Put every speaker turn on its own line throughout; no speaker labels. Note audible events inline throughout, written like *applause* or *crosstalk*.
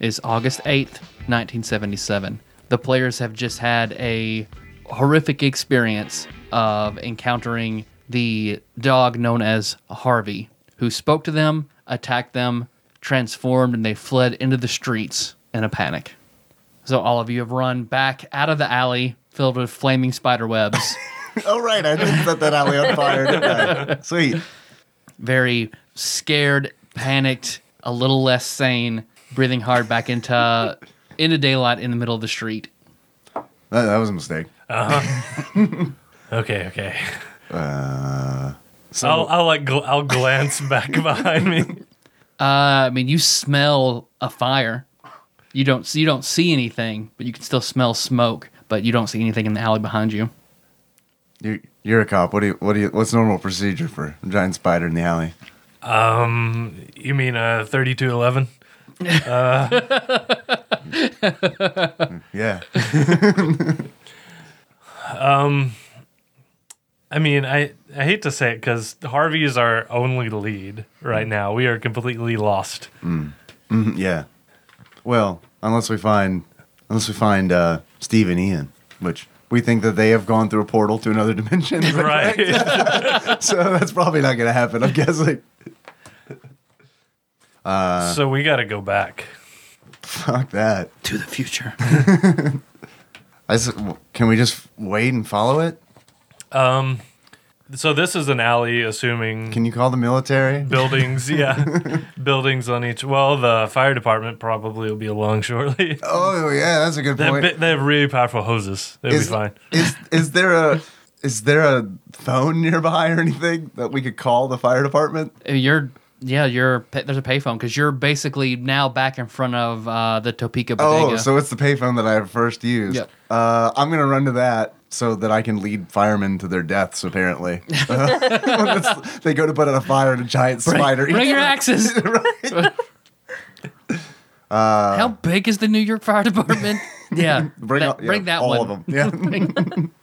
is August 8th, 1977. The players have just had a horrific experience of encountering the dog known as Harvey, who spoke to them, attacked them, transformed, and they fled into the streets in a panic. So all of you have run back out of the alley filled with flaming spider webs.
Oh right, I did set that alley on fire. Didn't I? Sweet.
very scared, panicked, a little less sane, breathing hard back into into daylight in the middle of the street.
That, that was a mistake.
Okay, okay.
*laughs* Uh, So
I'll, I'll like gl- I'll glance *laughs* back behind me.
Uh, I mean, you smell a fire. You don't see, you don't see anything, but you can still smell smoke. But you don't see anything in the alley behind you.
you're, you're a cop. What do you? What do you? What's normal procedure for a giant spider in the alley?
You mean uh, thirty-two eleven?
Yeah.
I mean, I I hate to say it because Harvey is our only lead right now. We are completely lost.
Mhm, *laughs* yeah. Well, unless we find, unless we find uh, Steve and Ian, which we think that they have gone through a portal to another *laughs* dimension. is that correct? *laughs*
Right?
so that's probably not going to happen. I'm guessing. Uh.
*laughs* so we got to go back.
Fuck that.
To the future.
I s- can we just wait and follow it?
So this is an alley, assuming
Can you *laughs* call the military?
buildings. Yeah,
*laughs*
buildings on each. Well, the fire department probably will be along *laughs* shortly.
Oh yeah, that's a good
They have,
point.
bi- they have really powerful hoses. They'll be
is,
fine.
is is there a is there a phone nearby or anything that we could call the fire department?
You're yeah, you're pa- there's a payphone because you're basically now back in front of uh, the Topeka
Oh,
bodega.
so it's the payphone that I first used.
Yep.
Uh, I'm gonna run to that so that I can lead firemen to their deaths. Apparently,
*laughs*
It's- they go to put out a fire and a giant spider.
Bring
eats *laughs*
your
them.
axes. How big is the New York Fire *laughs* Department? yeah,
uh, Bring,
that,
all- yeah,
bring that
all
one.
of them.
*laughs*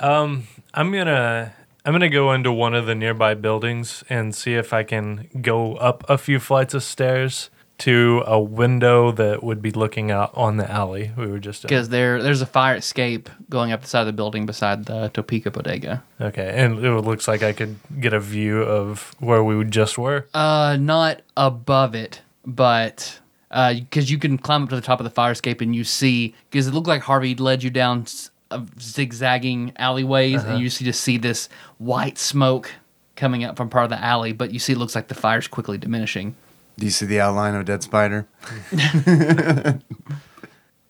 Yeah.
I'm gonna I'm gonna go into one of the nearby buildings and see if I can go up a few flights of stairs to a window that would be looking out on the alley we were just in.
because there there's a fire escape going up the side of the building beside the Topeka bodega.
Okay, and it looks like I could get a view of where we just were.
Uh, not above it, but because you can climb up to the top of the fire escape and you see because it looked like Harvey led you down s- uh, zigzagging alleyways and you see just see this white smoke coming up from part of the alley, but you see it looks like the fire's quickly diminishing.
Do you see the outline of a dead spider?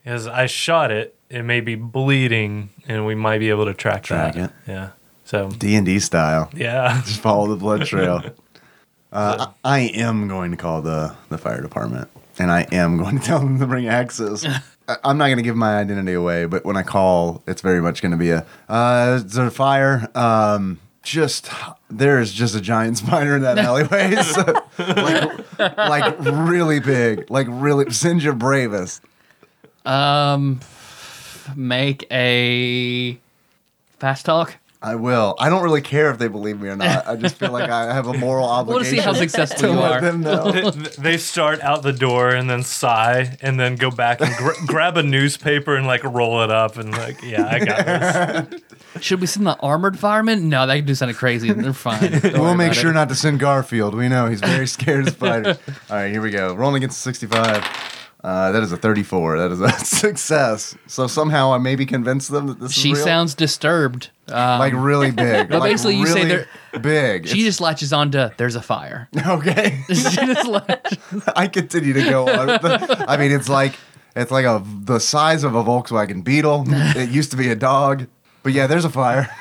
As I shot it, it may be bleeding, and we might be able to track,
Track
that.
it.
Yeah. So
D and D style.
yeah, *laughs*
Just follow the blood trail. Uh, I, I am going to call the, the fire department, and I am going to *laughs* tell them to bring axes. I, I'm not going to give my identity away, but when I call, it's very much going to be a uh, there's a fire. Um, just there is just a giant *laughs* spider in that alleyway, *laughs* so, like like really big, like really. Send your bravest.
Make a fast talk.
I will. I don't really care if they believe me or not. I just feel like I have a moral
I want to see
obligation
how
to
successful *laughs* you
let
are.
them know.
Th- they start out the door and then sigh and then go back and gra- *laughs* grab a newspaper and like roll it up and like yeah i got this
Should we send the armored firemen? No, that do sounded crazy. *laughs* They're fine. Don't worry
We'll make
about it.
sure not to send Garfield. We know
*laughs*
he's very scared of spiders. All right, here we go. Rolling against a 65. Uh, that is a 34. That is a *laughs* success. So somehow I maybe convince them that this
She
is real.
sounds disturbed. Um,
like
*laughs*
really big.
But
like
basically you say
really big.
she
It's-
just latches onto "There's a fire."
*laughs*
*laughs*
okay. *laughs*
She just latch-
I continue to go on. *laughs* with the- I mean, it's like it's like a the size of a Volkswagen
*laughs*
Beetle. It used to be a dog, but yeah, there's a fire.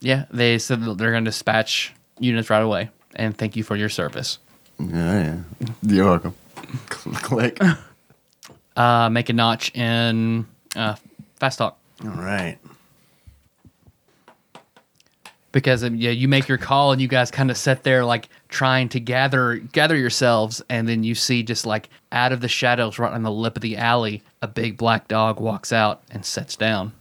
yeah, they said that they're going to dispatch units right away and thank you for your service.
Yeah, yeah. You're welcome. *laughs* Click.
Uh, make a notch in uh, fast talk
All right.
because um, yeah, you make your call and you guys kind of sit there like trying to gather gather yourselves, and then you see just like out of the shadows, right on the lip of the alley, a big black dog walks out and sets down.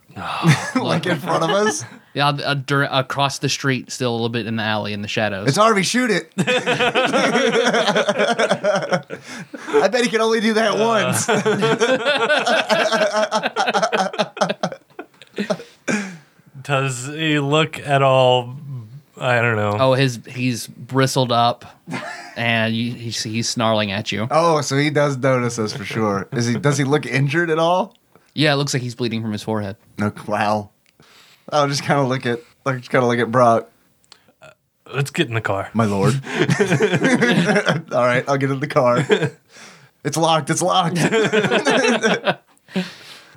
like in front of us.
Yeah, uh, dur- across the street, still a little bit in the alley in the shadows.
It's Harvey. Shoot it. I bet he can only do that once.
Does he look at all? I don't know.
oh, his he's bristled up, and you, he's, he's snarling at you.
Oh, so he does notice us for sure. Is he? Does he look injured at all?
Yeah, it looks like he's bleeding from his forehead.
No. Wow. I'll just kind of look at. Like just kind of look at Brock.
Let's get in the car.
My lord. All right, I'll get in the car. It's locked. It's locked.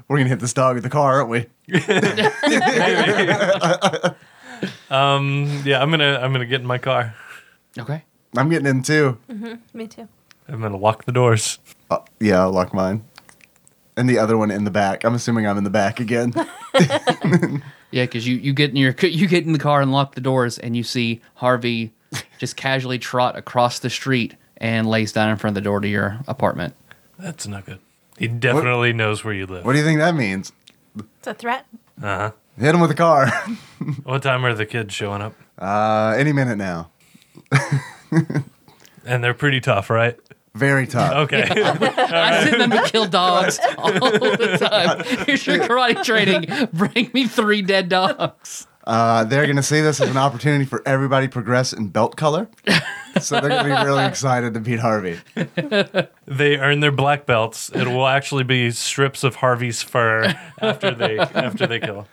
We're gonna hit this dog with the car, aren't we?
Yeah, I'm gonna I'm gonna get in my car.
Okay.
I'm getting in too.
Me too.
I'm gonna lock the doors.
Uh, yeah, I'll lock mine. And the other one in the back. I'm assuming I'm in the back again.
Yeah, because you, you get in your *laughs* you get in the car and lock the doors, and you see Harvey just casually trot across the street and lays down in front of the door to your apartment.
That's not good. He definitely knows where you live.
What do you think that means?
It's a threat.
Hit him with the car. *laughs*
What time are the kids showing up?
Uh, any minute now.
And they're pretty tough, right?
Very tough.
Okay. *laughs*
I send them to kill dogs all the time. Here's your karate training. Bring me three dead dogs.
Uh, they're going to see this as an opportunity for everybody to progress in belt
*laughs*
color. So they're going to be really excited to beat Harvey.
they earn their black belts. It will actually be strips of Harvey's fur after they after they kill.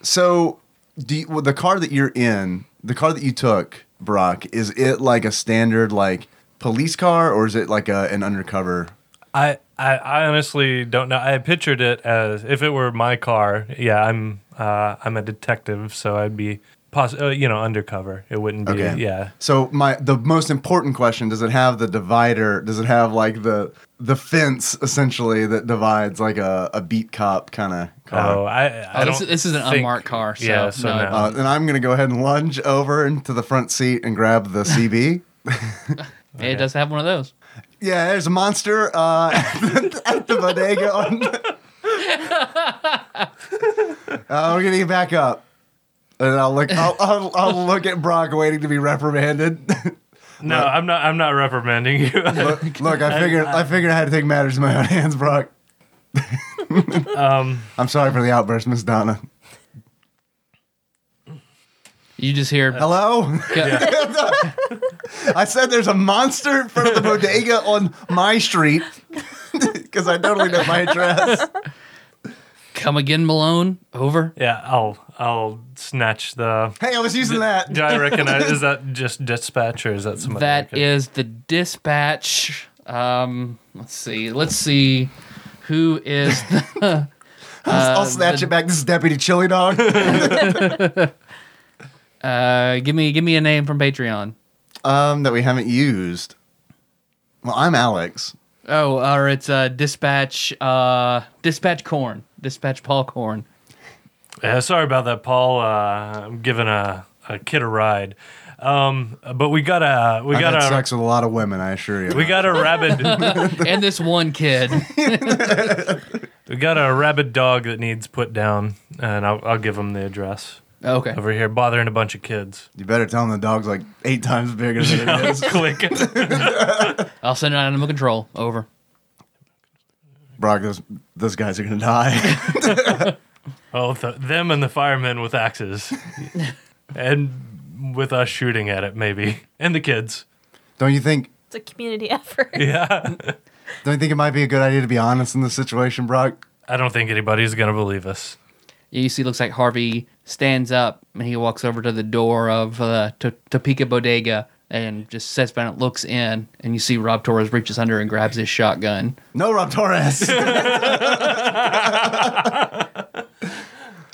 So, do you, well, the car that you're in, the car that you took, Brock, is it like a standard like police car, or is it like a, an undercover?
I, I I honestly don't know. I pictured it as if it were my car. Yeah, I'm uh, I'm a detective, so I'd be poss- uh, you know undercover. It wouldn't be yeah.
So my the most important question: Does it have the divider? Does it have like the the fence essentially that divides like a, a beat cop kind of car?
Oh, I, I
Oh, this,
don't
is- this is an
think-
unmarked car. So
yeah, so
no.
no.
Uh, and I'm gonna go ahead and lunge over into the front seat and grab the CB.
It does have one of those.
yeah, there's a monster uh, at the bodega. On *laughs* uh, we're gonna get back up, and I'll look. I'll, I'll, I'll look at Brock waiting to be reprimanded.
no, I'm not. I'm not reprimanding
*laughs*
you. *laughs*
look, *laughs* look, I figured I figured I had to take matters in my own hands, Brock.
um,
*laughs* I'm sorry for the outburst, Miss Donna.
You just hear.
Hello? I said there's a monster in front of the bodega on my street *laughs* because I totally know my address.
Come again, Malone. Over.
yeah, I'll I'll snatch the.
Hey, I was using that.
Do I recognize? is that just dispatch or is that somebody?
That
I
is the dispatch. Um, let's see. Let's see who is the,
*laughs* I'll snatch it back. This is Deputy Chili Dog. *laughs*
uh, give me give me a name from Patreon.
um, that we haven't used. Well, I'm Alex.
Oh, or it's uh, dispatch uh, dispatch corn. Dispatch Paul
*laughs*
Corn.
can- Yeah, sorry about that, Paul. Uh, I'm giving a, a kid a ride, um, but we got a we
I
got
had
a
sex with a lot of women, I assure you.
we got a
*laughs*
rabid
and this one
*laughs*
kid.
we got a rabid dog that needs put down, and I'll I'll give him the address
Okay.
over here, bothering a bunch of kids.
you better tell him the dog's like eight times bigger than it is.
Click.
I'll send it out animal control. Over.
Brock, those, those guys are going to die. *laughs*
Oh, th- them and the firemen with axes, and with us shooting at it, maybe, and the kids.
don't you think?
It's a community *laughs* effort.
Yeah.
Don't you think it might be a good idea to be honest in this situation, Brock?
I don't think anybody's gonna believe us.
You see, looks like Harvey stands up and he walks over to the door of uh, T- Topeka Bodega and just sits down and looks in. And you see Rob Torres reaches under and grabs his shotgun.
No, Rob Torres.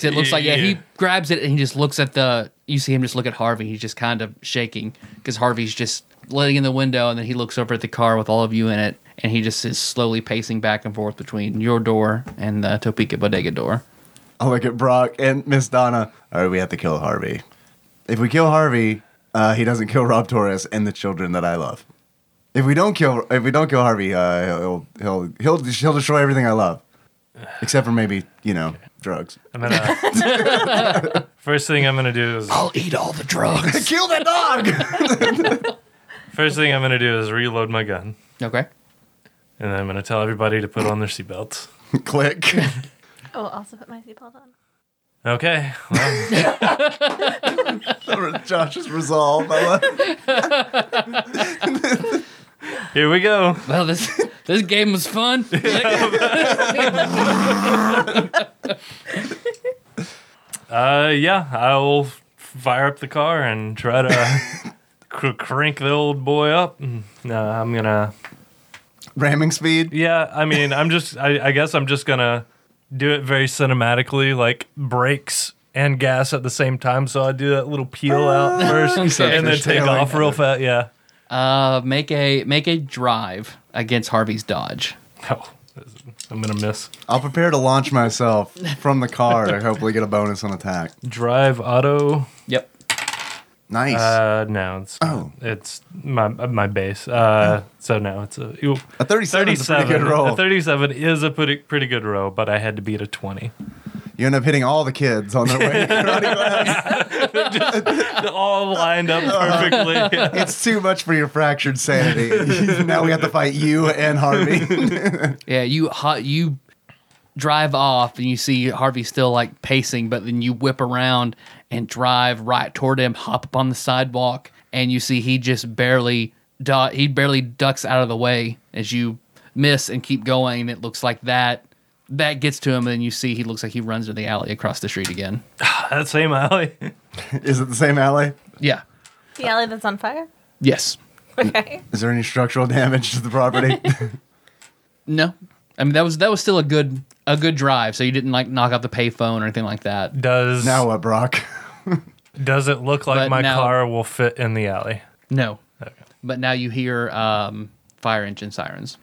It looks like yeah, he
Yeah.
grabs it and he just looks at the. You see him just look at Harvey. He's just kind of shaking because Harvey's just letting in the window, and then he looks over at the car with all of you in it, and he just is slowly pacing back and forth between your door and the Topeka Bodega door.
I look at Brock and Miss Donna. All right, we have to kill Harvey. If we kill Harvey, uh, he doesn't kill Rob Torres and the children that I love. If we don't kill, if we don't kill Harvey, uh, he'll, he'll he'll he'll destroy everything I love, except for maybe you know drugs.
I'm gonna. first thing I'm gonna do is
I'll eat all the drugs.
Kill that dog. *laughs*
first thing I'm gonna do is reload my gun,
okay.
and then I'm gonna tell everybody to put on their seatbelts.
Click. *laughs*
I will Oh, also put my seatbelt on.
Okay. Well,
Josh's resolve. I love.
here we go.
Well, this *laughs* this game was fun.
Uh, yeah, I'll fire up the car and try to
*laughs*
cr- crank the old boy up. Mm, No, I'm gonna.
Ramming speed.
Yeah, I mean, I'm just. I, I guess I'm just gonna do it very cinematically, like brakes and gas at the same time. So I do that little peel out
Ah. *laughs*
first,
Okay.
and then take
Sailing.
off real fast. Yeah.
Uh, make a make a drive against Harvey's Dodge.
Oh, this is- I'm gonna miss.
I'll prepare to launch myself from the car to hopefully get a bonus on attack.
Drive auto.
Yep.
Nice.
Uh, no, it's not.
Oh.
it's my my base. Uh, so no, it's a ew.
a 37 is a pretty
37.
good roll.
A 37 is a pretty pretty good roll, but I had to beat a 20.
you end up hitting all the kids on their way.
They're all lined up perfectly.
it's too much for your fractured *laughs* sanity. now we have to fight you and *laughs* Harvey.
Yeah, you ho- you drive off and you see Harvey still like pacing, but then you whip around and drive right toward him, hop up on the sidewalk, and you see he just barely do- he barely ducks out of the way as you miss and keep going. And it looks like that that gets to him, and you see he looks like he runs to the alley across the street again.
*laughs* that same alley.
is it the same alley?
Yeah.
The alley that's on fire?
Yes.
Okay.
Is there any structural damage to the *laughs* property?
No. I mean that was that was still a good a good drive, so you didn't like knock out the payphone or anything like that.
Does
now what, Brock?
does it look like
But
my
now-
car will fit in the alley?
No. But now you hear um, fire engine sirens.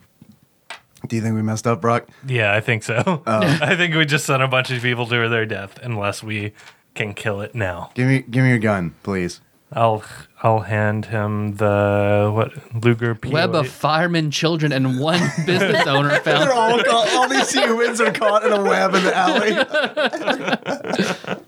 Do you think we messed up, Brock?
Yeah, I think
Oh.
so. *laughs* I think we just sent a bunch of people to their death unless we can kill it now.
Give me, give me your gun, please.
I'll I'll hand him the what Luger P.
Web of firemen, children, and
*laughs*
one business owner
They're
found.
all caught, *laughs* all these humans are caught in a web in the alley.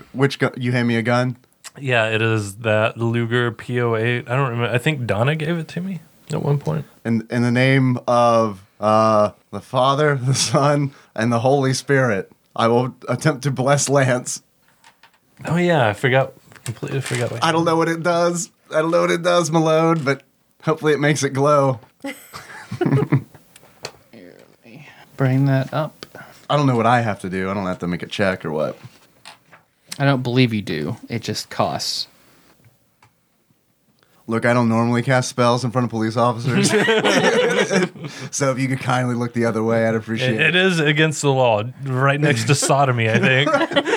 *laughs* Which gun? You hand me a gun.
Yeah, it is that Luger P08. I don't remember. I think Donna gave it to me at one point.
in in the name of uh, the Father, the Son, and the Holy Spirit. I will attempt to bless Lance.
Oh yeah, I forgot. Completely forgot. What
I don't know what it does. I don't know what it does, Malone, but hopefully it makes it glow.
Bring that up.
I don't know what I have to do. I don't have to make a check or what.
I don't believe you do. It just costs.
Look, I don't normally cast spells in front of police officers. *laughs* so if you could kindly look the other way, I'd appreciate
It,
it.
it is against the law, right next to sodomy. I
*laughs*
think.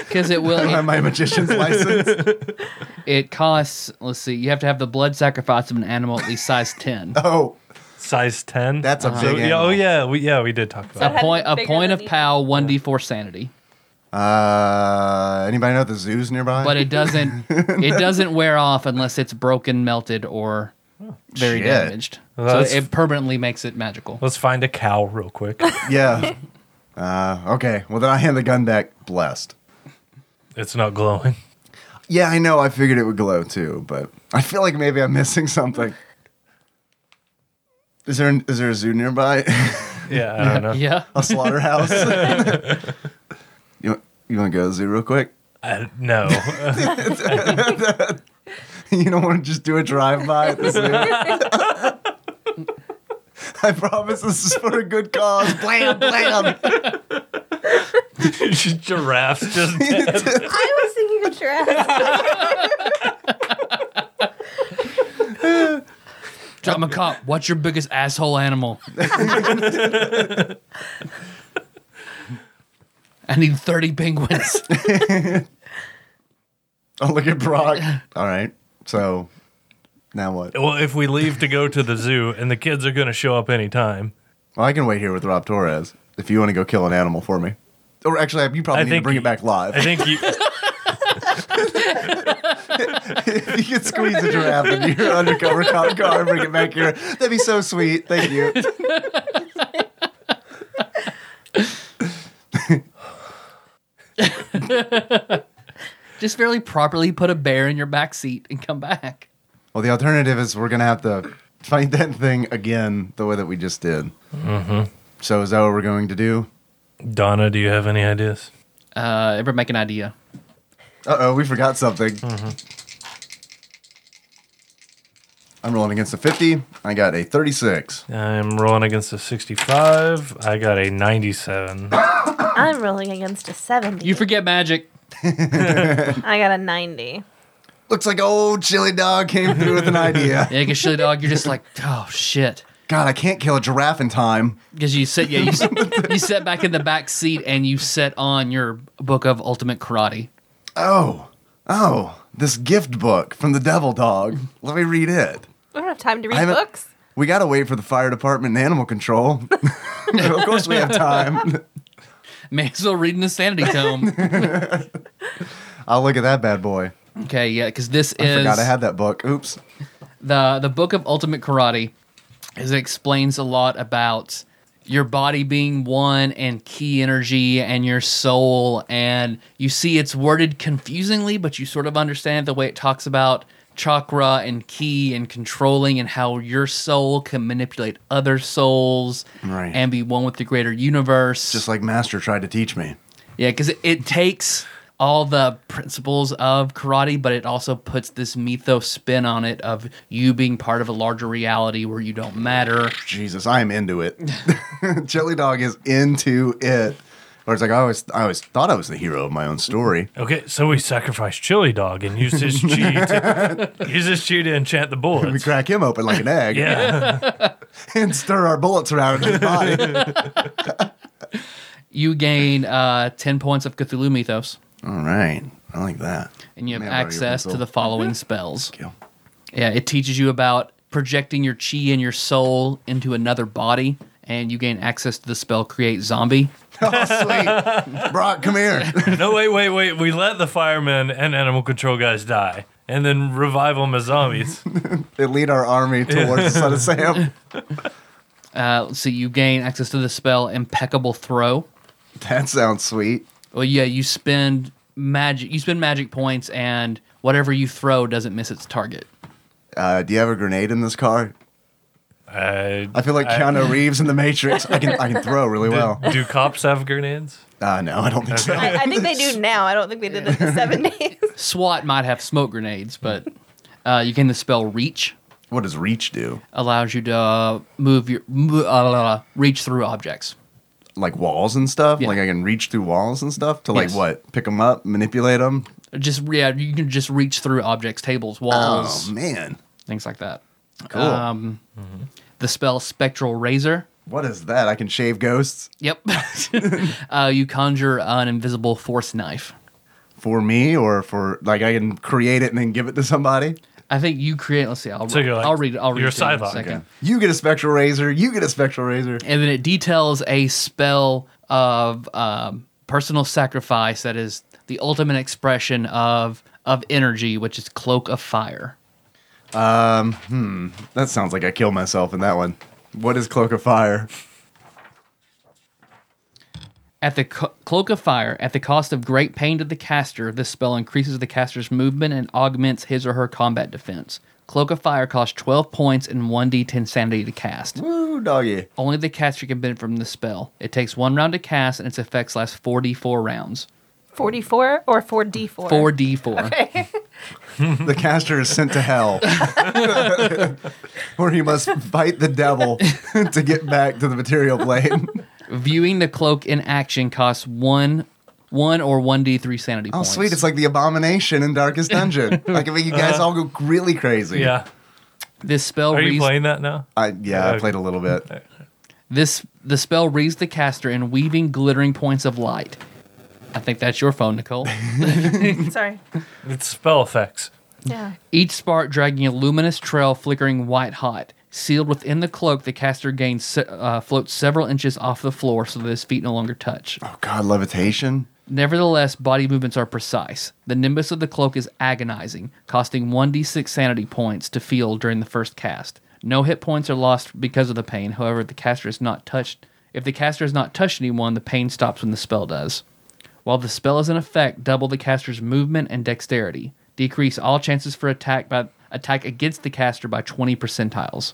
Because it will.
I have
It,
my magician's
*laughs*
license.
it costs. Let's see. You have to have the blood sacrifice of an animal at least size
*laughs*
ten.
Oh,
Size ten.
that's a
So,
big
yeah,
animal.
oh yeah, we yeah we did talk
A
about.
had it
point. A
bigger
point
than
of
you.
pow. One d four sanity.
Uh, anybody know the zoo's nearby?
But it doesn't. It doesn't wear off unless it's broken, melted, or very
Shit.
damaged.
Oh, Well,
so
that's-
it permanently makes it magical.
Let's find a cow
*laughs*
real quick.
yeah. Uh, okay. Well, then I hand the gun back. Blessed.
it's not glowing.
Yeah, I know. I figured it would glow too, but I feel like maybe I'm missing something. Is there an, is there a zoo nearby? *laughs*
Yeah, *laughs* I don't know.
Yeah.
a slaughterhouse?
*laughs*
you you want to go to the zoo real quick? *laughs*
I, no, *laughs*
You don't want to just do a drive by at the zoo. *laughs* I promise this is for a good cause. Blam blam.
giraffes
*laughs*
just
I was thinking of giraffe.
Drop a cop. What's your biggest asshole animal?
*laughs*
I need 30 penguins.
Oh, I'll look at Brock. All right. So Now what?
Well, if we leave to go to the zoo and the kids are going to show up anytime,
Well, I can wait here with Rob Torres if you want to go kill an animal for me. Or actually, you probably
I
need to
think
bring
you-
it back live.
I think you. *laughs*
you can squeeze a giraffe in your undercover cop car and bring it back here. That'd be so sweet. Thank you.
Just fairly properly put a bear in your back seat and come back.
Well, the alternative is we're gonna have to fight that thing again the way that we just did. Mm-hmm. So is that what we're going to do?
Donna, do you have any ideas?
Uh, everybody make an idea.
Uh oh, we forgot something. I'm rolling against a 50. I got a 36.
I'm rolling against a 65. I got a 97.
I'm rolling against a 70.
You forget magic.
I got a 90.
Looks like old chili dog came through with an idea.
*laughs* Yeah, because chili dog, you're just like, oh shit.
God, I can't kill a giraffe in time.
Because you sit, yeah,
*laughs*
you, sit- you sit back in the back seat and you set on your book of ultimate karate.
Oh, oh, this gift book from the devil dog. Let me read it.
I don't have time to
I
read
haven't-
books.
We gotta wait for the fire department and animal *laughs* control. of course, we have time.
May as well read an insanity tome.
*laughs* I'll look at that bad boy.
Okay, yeah, because this
I
is
forgot I had that book. Oops.
the the book of ultimate karate is it explains a lot about your body being one and key energy and your soul and you see it's worded confusingly but you sort of understand the way it talks about chakra and key and controlling and how your soul can manipulate other souls
Right.
and be one with the greater universe
Just like Master tried to teach me.
yeah, because it, it takes all the principles of karate, but it also puts this mythos spin on it of you being part of a larger reality where you don't matter.
Jesus, I am into it. *laughs* Jelly Dog is into it. Or it's like I always, I always thought I was the hero of my own story.
Okay, so we sacrificed Chili Dog and used his chi to
*laughs*
use his chi to enchant the
We
bullets.
crack him open like an *laughs* egg
Yeah,
and stir our bullets around in his body. *laughs*
You gain uh, 10 points of Cthulhu mythos,
All right, I like that.
and you have
Man, I've already
access to
been
the
sold.
following spells.
Kill. *laughs*
Yeah, it teaches you about projecting your chi and your soul into another body, and you gain access to the spell Create Zombie.
Oh, sweet. Brock, come *laughs* here.
*laughs* no, wait, wait, wait. We let the firemen and animal control guys die, and then revive them as zombies.
They lead our army towards the son of *laughs* Sam.
Uh, let's see, you gain access to the spell Impeccable Throw.
That sounds sweet.
Well, yeah, you spend magic. You spend magic points, and whatever you throw doesn't miss its target.
Uh, do you have a grenade in this car?
*laughs* I,
I feel like
*laughs*
Keanu Reeves in The Matrix. I can, I can throw really well.
do cops have grenades?
Uh, no, I don't think so.
I, I think they do now. I don't think they did it in the *laughs* 70s.
SWAT might have smoke grenades, but uh, you gain the spell Reach,
*laughs* What does reach do?
allows you to uh, move your mo- uh, reach through objects.
Like walls and stuff?
Yeah.
Like I can reach through walls and stuff to like
Yes.
what? Pick them up, manipulate them?
Just yeah, you can just reach through objects, tables,
Oh,
walls,
man.
things like that.
Cool.
Um, The spell Spectral Razor.
what is that? I can shave ghosts
Yep. *laughs* uh, you conjure an invisible force knife.
for me or for like I can create it and then give it to somebody?
I think you create. Let's see. I'll,
So you're like-
I'll read. I'll read
you're
it to you in a
Psylocke.
second.
Okay. You get a spectral razor. You get a spectral razor.
and then it details a spell of um, personal sacrifice that is the ultimate expression of of energy, which is cloak of fire.
That sounds like I kill myself in that one. What is cloak of fire?
At the co- cloak of fire, at the cost of great pain to the caster, this spell increases the caster's movement and augments his or her combat defense. Cloak of fire costs 12 points and 1d10 sanity to cast.
Woo, doggy.
Only the caster can benefit from this spell. It takes one round to cast, and its effects last 44 rounds.
44 or 4D4?
4d4.
Okay.
*laughs* The caster is sent to hell, *laughs* where he must fight the devil *laughs* to get back to the material plane. *laughs*
Viewing the cloak in action costs one, one or one d three sanity
Oh,
points.
sweet! It's like the abomination in Darkest Dungeon. Like, I mean, you guys all go really crazy.
*laughs* Yeah.
this spell
Are you
reads
playing that now?
I, yeah, I played a little bit.
this the spell reads the caster in weaving glittering points of
*laughs*
light. I think that's your phone, Nicole.
Sorry.
It's spell effects.
Yeah.
each spark dragging a luminous trail flickering white hot. Sealed within the cloak, the caster gains se- uh, floats several inches off the floor so that his feet no longer touch.
Oh God, levitation.
Nevertheless, body movements are precise. The nimbus of the cloak is agonizing, costing 1d6 sanity points to feel during the first cast. No hit points are lost because of the pain. However, the caster is not touched. If the caster has not touched anyone, the pain stops when the spell does. While the spell is in effect, double the caster's movement and dexterity. Decrease all chances for attack by attack against the caster by 20 percentiles.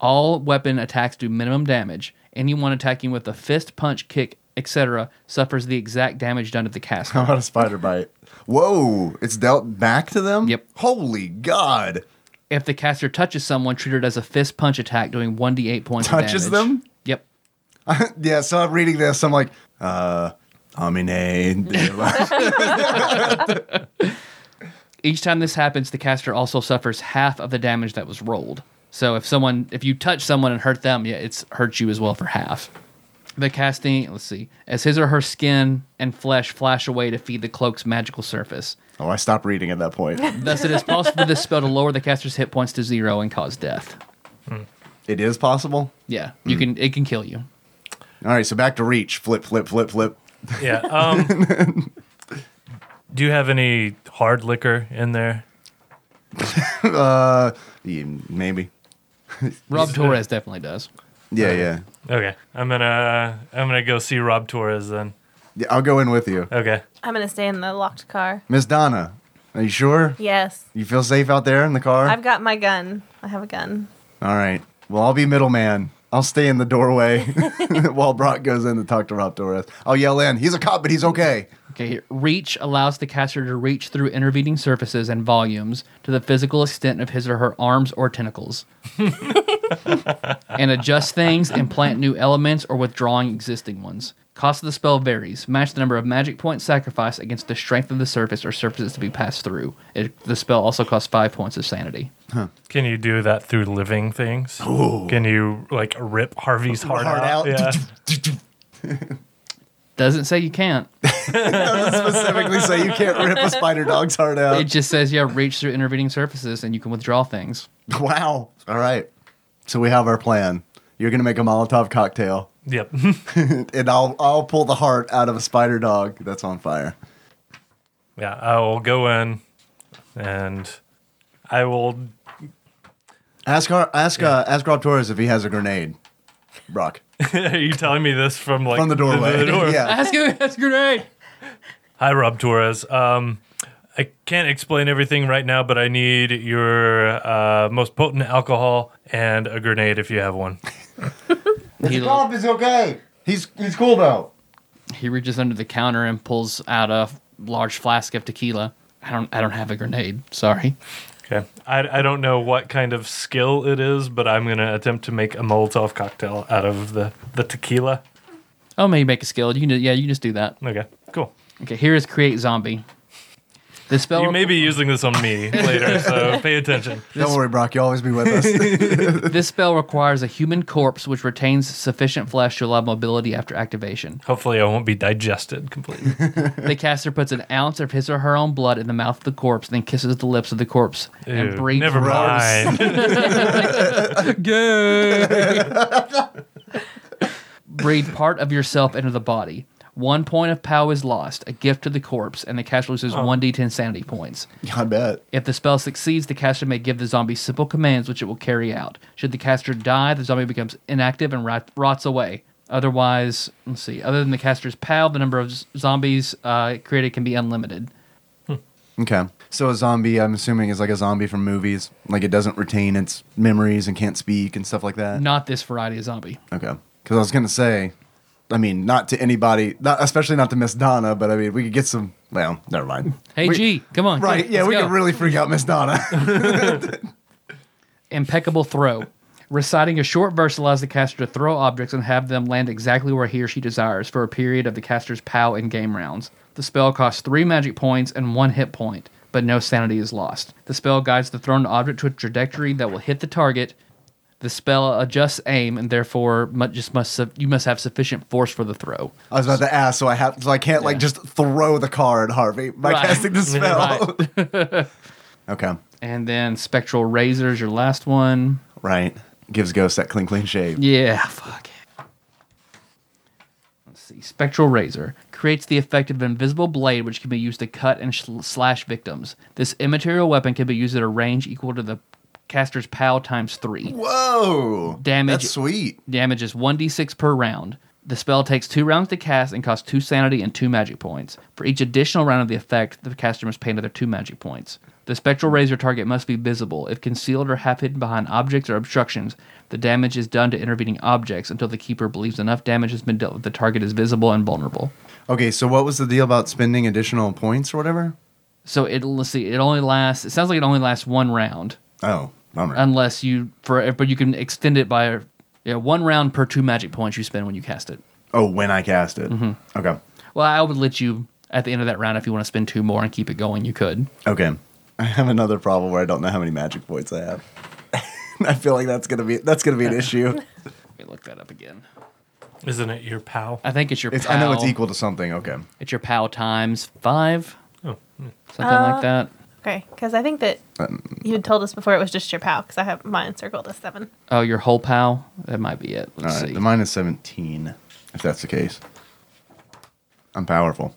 All weapon attacks do minimum damage. Anyone attacking with a fist, punch, kick, etc., suffers the exact damage done to the
How
caster.
about a spider bite? Whoa! It's dealt back to them.
Yep.
Holy God!
if the caster touches someone, treat it as a fist punch attack, doing 1d8 points of
Touches
damage.
them?
Yep.
yeah. So I'm reading this. I'm like, uh, Amine. Deva.
Each time this happens, the caster also suffers half of the damage that was rolled. So if someone, if you touch someone and hurt them, yeah, it's hurts you as well for half. The casting, let's see, as his or her skin and flesh flash away to feed the cloak's magical surface.
oh, I stopped reading at that point.
Thus, it is possible for this spell to lower the caster's hit points to zero and cause death.
It is possible.
Yeah, you can. It can kill you.
All right. So back to reach. Flip, flip, flip, flip.
Yeah. Um, *laughs* do you have any hard liquor in there?
Uh, yeah, maybe.
Rob Torres definitely does.
Yeah, yeah.
Okay. I'm gonna I'm gonna go see Rob Torres then.
Yeah, I'll go in with you,
Okay.
I'm going to stay in the locked car.
Miss Donna. Are you sure?
Yes.
You feel safe out there in the car?
I've got my gun. I have a gun.
All right. Well, I'll be middleman. I'll stay in the *laughs* doorway while Brock goes in to talk to Rob Torres. I'll yell in, he's a cop, but he's okay.
Okay, reach allows the caster to reach through intervening surfaces and volumes to the physical extent of his or her arms or tentacles, and adjust things, implant new elements, or withdrawing existing ones. Cost of the spell varies. Match the number of magic points sacrificed against the strength of the surface or surfaces to be passed through. It, the spell also costs five points of sanity.
Can you do that through living things? Can you like rip Harvey's heart,
Heart
out?
out.
Yeah.
Doesn't say you can't.
*laughs* Specifically say you can't rip a spider dog's heart
It
out.
just says yeah, reach through intervening surfaces and you can withdraw things.
Wow. All right. So we have our plan. You're going to make a Molotov cocktail, *laughs*
*laughs* yep.
and I'll, I'll pull the heart out of a spider dog that's on fire.
yeah. I will go in and I will. *laughs*
Ask, our, ask, uh, ask Rob Torres if he has a grenade. Brock.
Are you telling me this from like
From the
*laughs*
doorway.
the
*laughs*
door?
yeah.
Ask him. That's great.
Hi, Rob Torres. Um, I can't explain everything right now, but I need your uh, most potent alcohol and a grenade if you
*laughs*
have one.
He-
is okay. He's he's cool though.
He reaches under the counter and pulls out a f- large flask of tequila. I don't. I don't have a grenade. Sorry.
Okay. I, I don't know what kind of skill it is, but I'm going to attempt to make a Molotov cocktail out of the, the tequila.
Oh, maybe make a skill. You can. ju- Yeah, you just do that.
Okay, cool.
Okay. Here is create zombie. The spell.
You may be using this on me later, so pay attention.
Don't worry, Brock. You'll always be
*laughs*
with us.
This spell requires a human corpse which retains sufficient flesh to allow mobility after
*laughs*
activation.
Hopefully, I won't be digested completely.
The caster puts an ounce of his or her own blood in the mouth of the corpse, then kisses the lips of the corpse and
Ew,
breathes.
*laughs*
never *laughs* mind.
breathe part of yourself into the body. One point of POW is lost, a gift to the corpse, and the caster loses
Oh.
1d10 sanity points.
I bet.
If the spell succeeds, the caster may give the zombie simple commands which it will carry out. Should the caster die, the zombie becomes inactive and rot- rots away. Otherwise, let's see, other than the caster's POW, the number of z- zombies uh, created can be unlimited.
Okay. So a zombie, I'm assuming, is like a zombie from movies. Like it doesn't retain its memories and can't speak and stuff like that.
Not this variety of zombie.
Okay. Because I was gonna say, I mean, not to anybody, not especially not to Miss Donna, but I mean, we could get some. Well, never
*laughs*
mind.
Hey,
We-
G, come on.
Right? Yeah,
let's
we
go.
could really freak out Miss
*laughs*
Donna.
impeccable throw. Reciting a short verse allows the caster to throw objects and have them land exactly where he or she desires for a period of the caster's POW and game rounds. The spell costs three magic points and one hit point, but no sanity is lost. The spell guides the thrown object to a trajectory that will hit the target. The spell adjusts aim and therefore mu- just must su- you must have sufficient force for the throw.
I was about to ask, so I have, so I can't like
Yeah.
just throw the car at Harvey
*laughs*
by
Right.
casting the spell. Okay.
And then Spectral Razor's your last one.
Right. Gives Ghost that clean, clean shave.
Yeah, fuck. Let's see. Spectral Razor creates the effect of an invisible blade which can be used to cut and sl- slash victims. This immaterial weapon can be used at a range equal to the caster's POW times three.
Whoa.
Damage-
That's sweet.
Damage is 1d6 per round. The spell takes two rounds to cast and costs two sanity and two magic points. For each additional round of the effect, the caster must pay another two magic points. The spectral razor target must be visible. If concealed or half hidden behind objects or obstructions, the damage is done to intervening objects until the keeper believes enough damage has been dealt that the target is visible and vulnerable.
Okay, so what was the deal about spending additional points or whatever?
So it let's see, it only lasts. It sounds like it only lasts one round,
Oh, bummer.
unless you for but you can extend it by yeah one round per two magic points you spend when you cast it.
oh, when I cast it.
mm-hmm.
Okay.
Well, I would let you at the end of that round if you want to spend two more and keep it going. You could.
Okay. I have another problem where I don't know how many magic points I have. *laughs* I feel like that's gonna be that's gonna
*laughs*
be an issue.
Let me look that up again.
Isn't it your pal?
I think it's your.
It's
pal,
I know it's equal to something. Okay.
It's your pal times five.
Oh.
Something like that.
Okay, because I think that
Um,
you had told us before it was just your pal, because I have mine circled as seven.
Oh, your whole pal. That might be it.
All
Let's
right.
see.
The mine is seventeen, if that's the case. I'm powerful.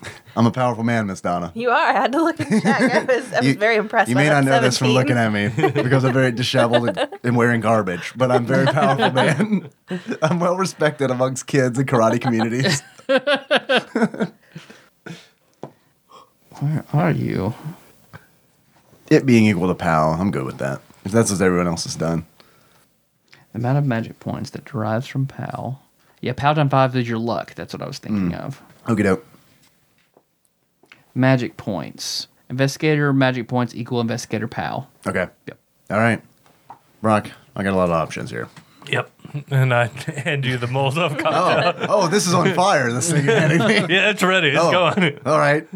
*laughs* I'm a powerful man, Miss Donna.
You are. I had to
*laughs*
look at that. I was, I was
You-
very impressed.
You may not know this from looking at me *laughs* because I'm very disheveled and, and wearing garbage, but I'm a very powerful man. *laughs* I'm well respected amongst kids and karate communities.
Where are you?
It being equal to PAL, I'm good with that. If that's what everyone else has done.
The amount of magic points that derives from pal. Yeah, pal times five is your luck. That's what I was
Hmm.
thinking of.
Okay, doke.
Magic points. Investigator magic points equal investigator pal.
Okay.
Yep.
All right. Brock, I got a lot of options here.
Yep. And I hand you the Molotov cocktail.
Oh, oh, this is on fire. This thing you're handing me.
Yeah, it's ready. It's
Oh.
going.
All right.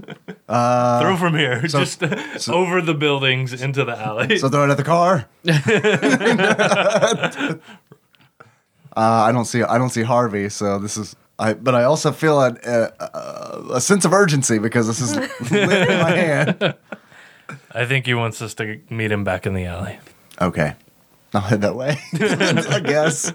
Throw from here.
so-
Just uh, *laughs* over the buildings into the alley. *laughs*
So throw it at the *laughs* car. uh, Uh, I don't see. I don't see Harvey. So this is. I, but I also feel a, a, a sense of urgency because this is lit in my hand.
I think he wants us to meet him back in the alley.
Okay, I'll head that way. *laughs* I guess.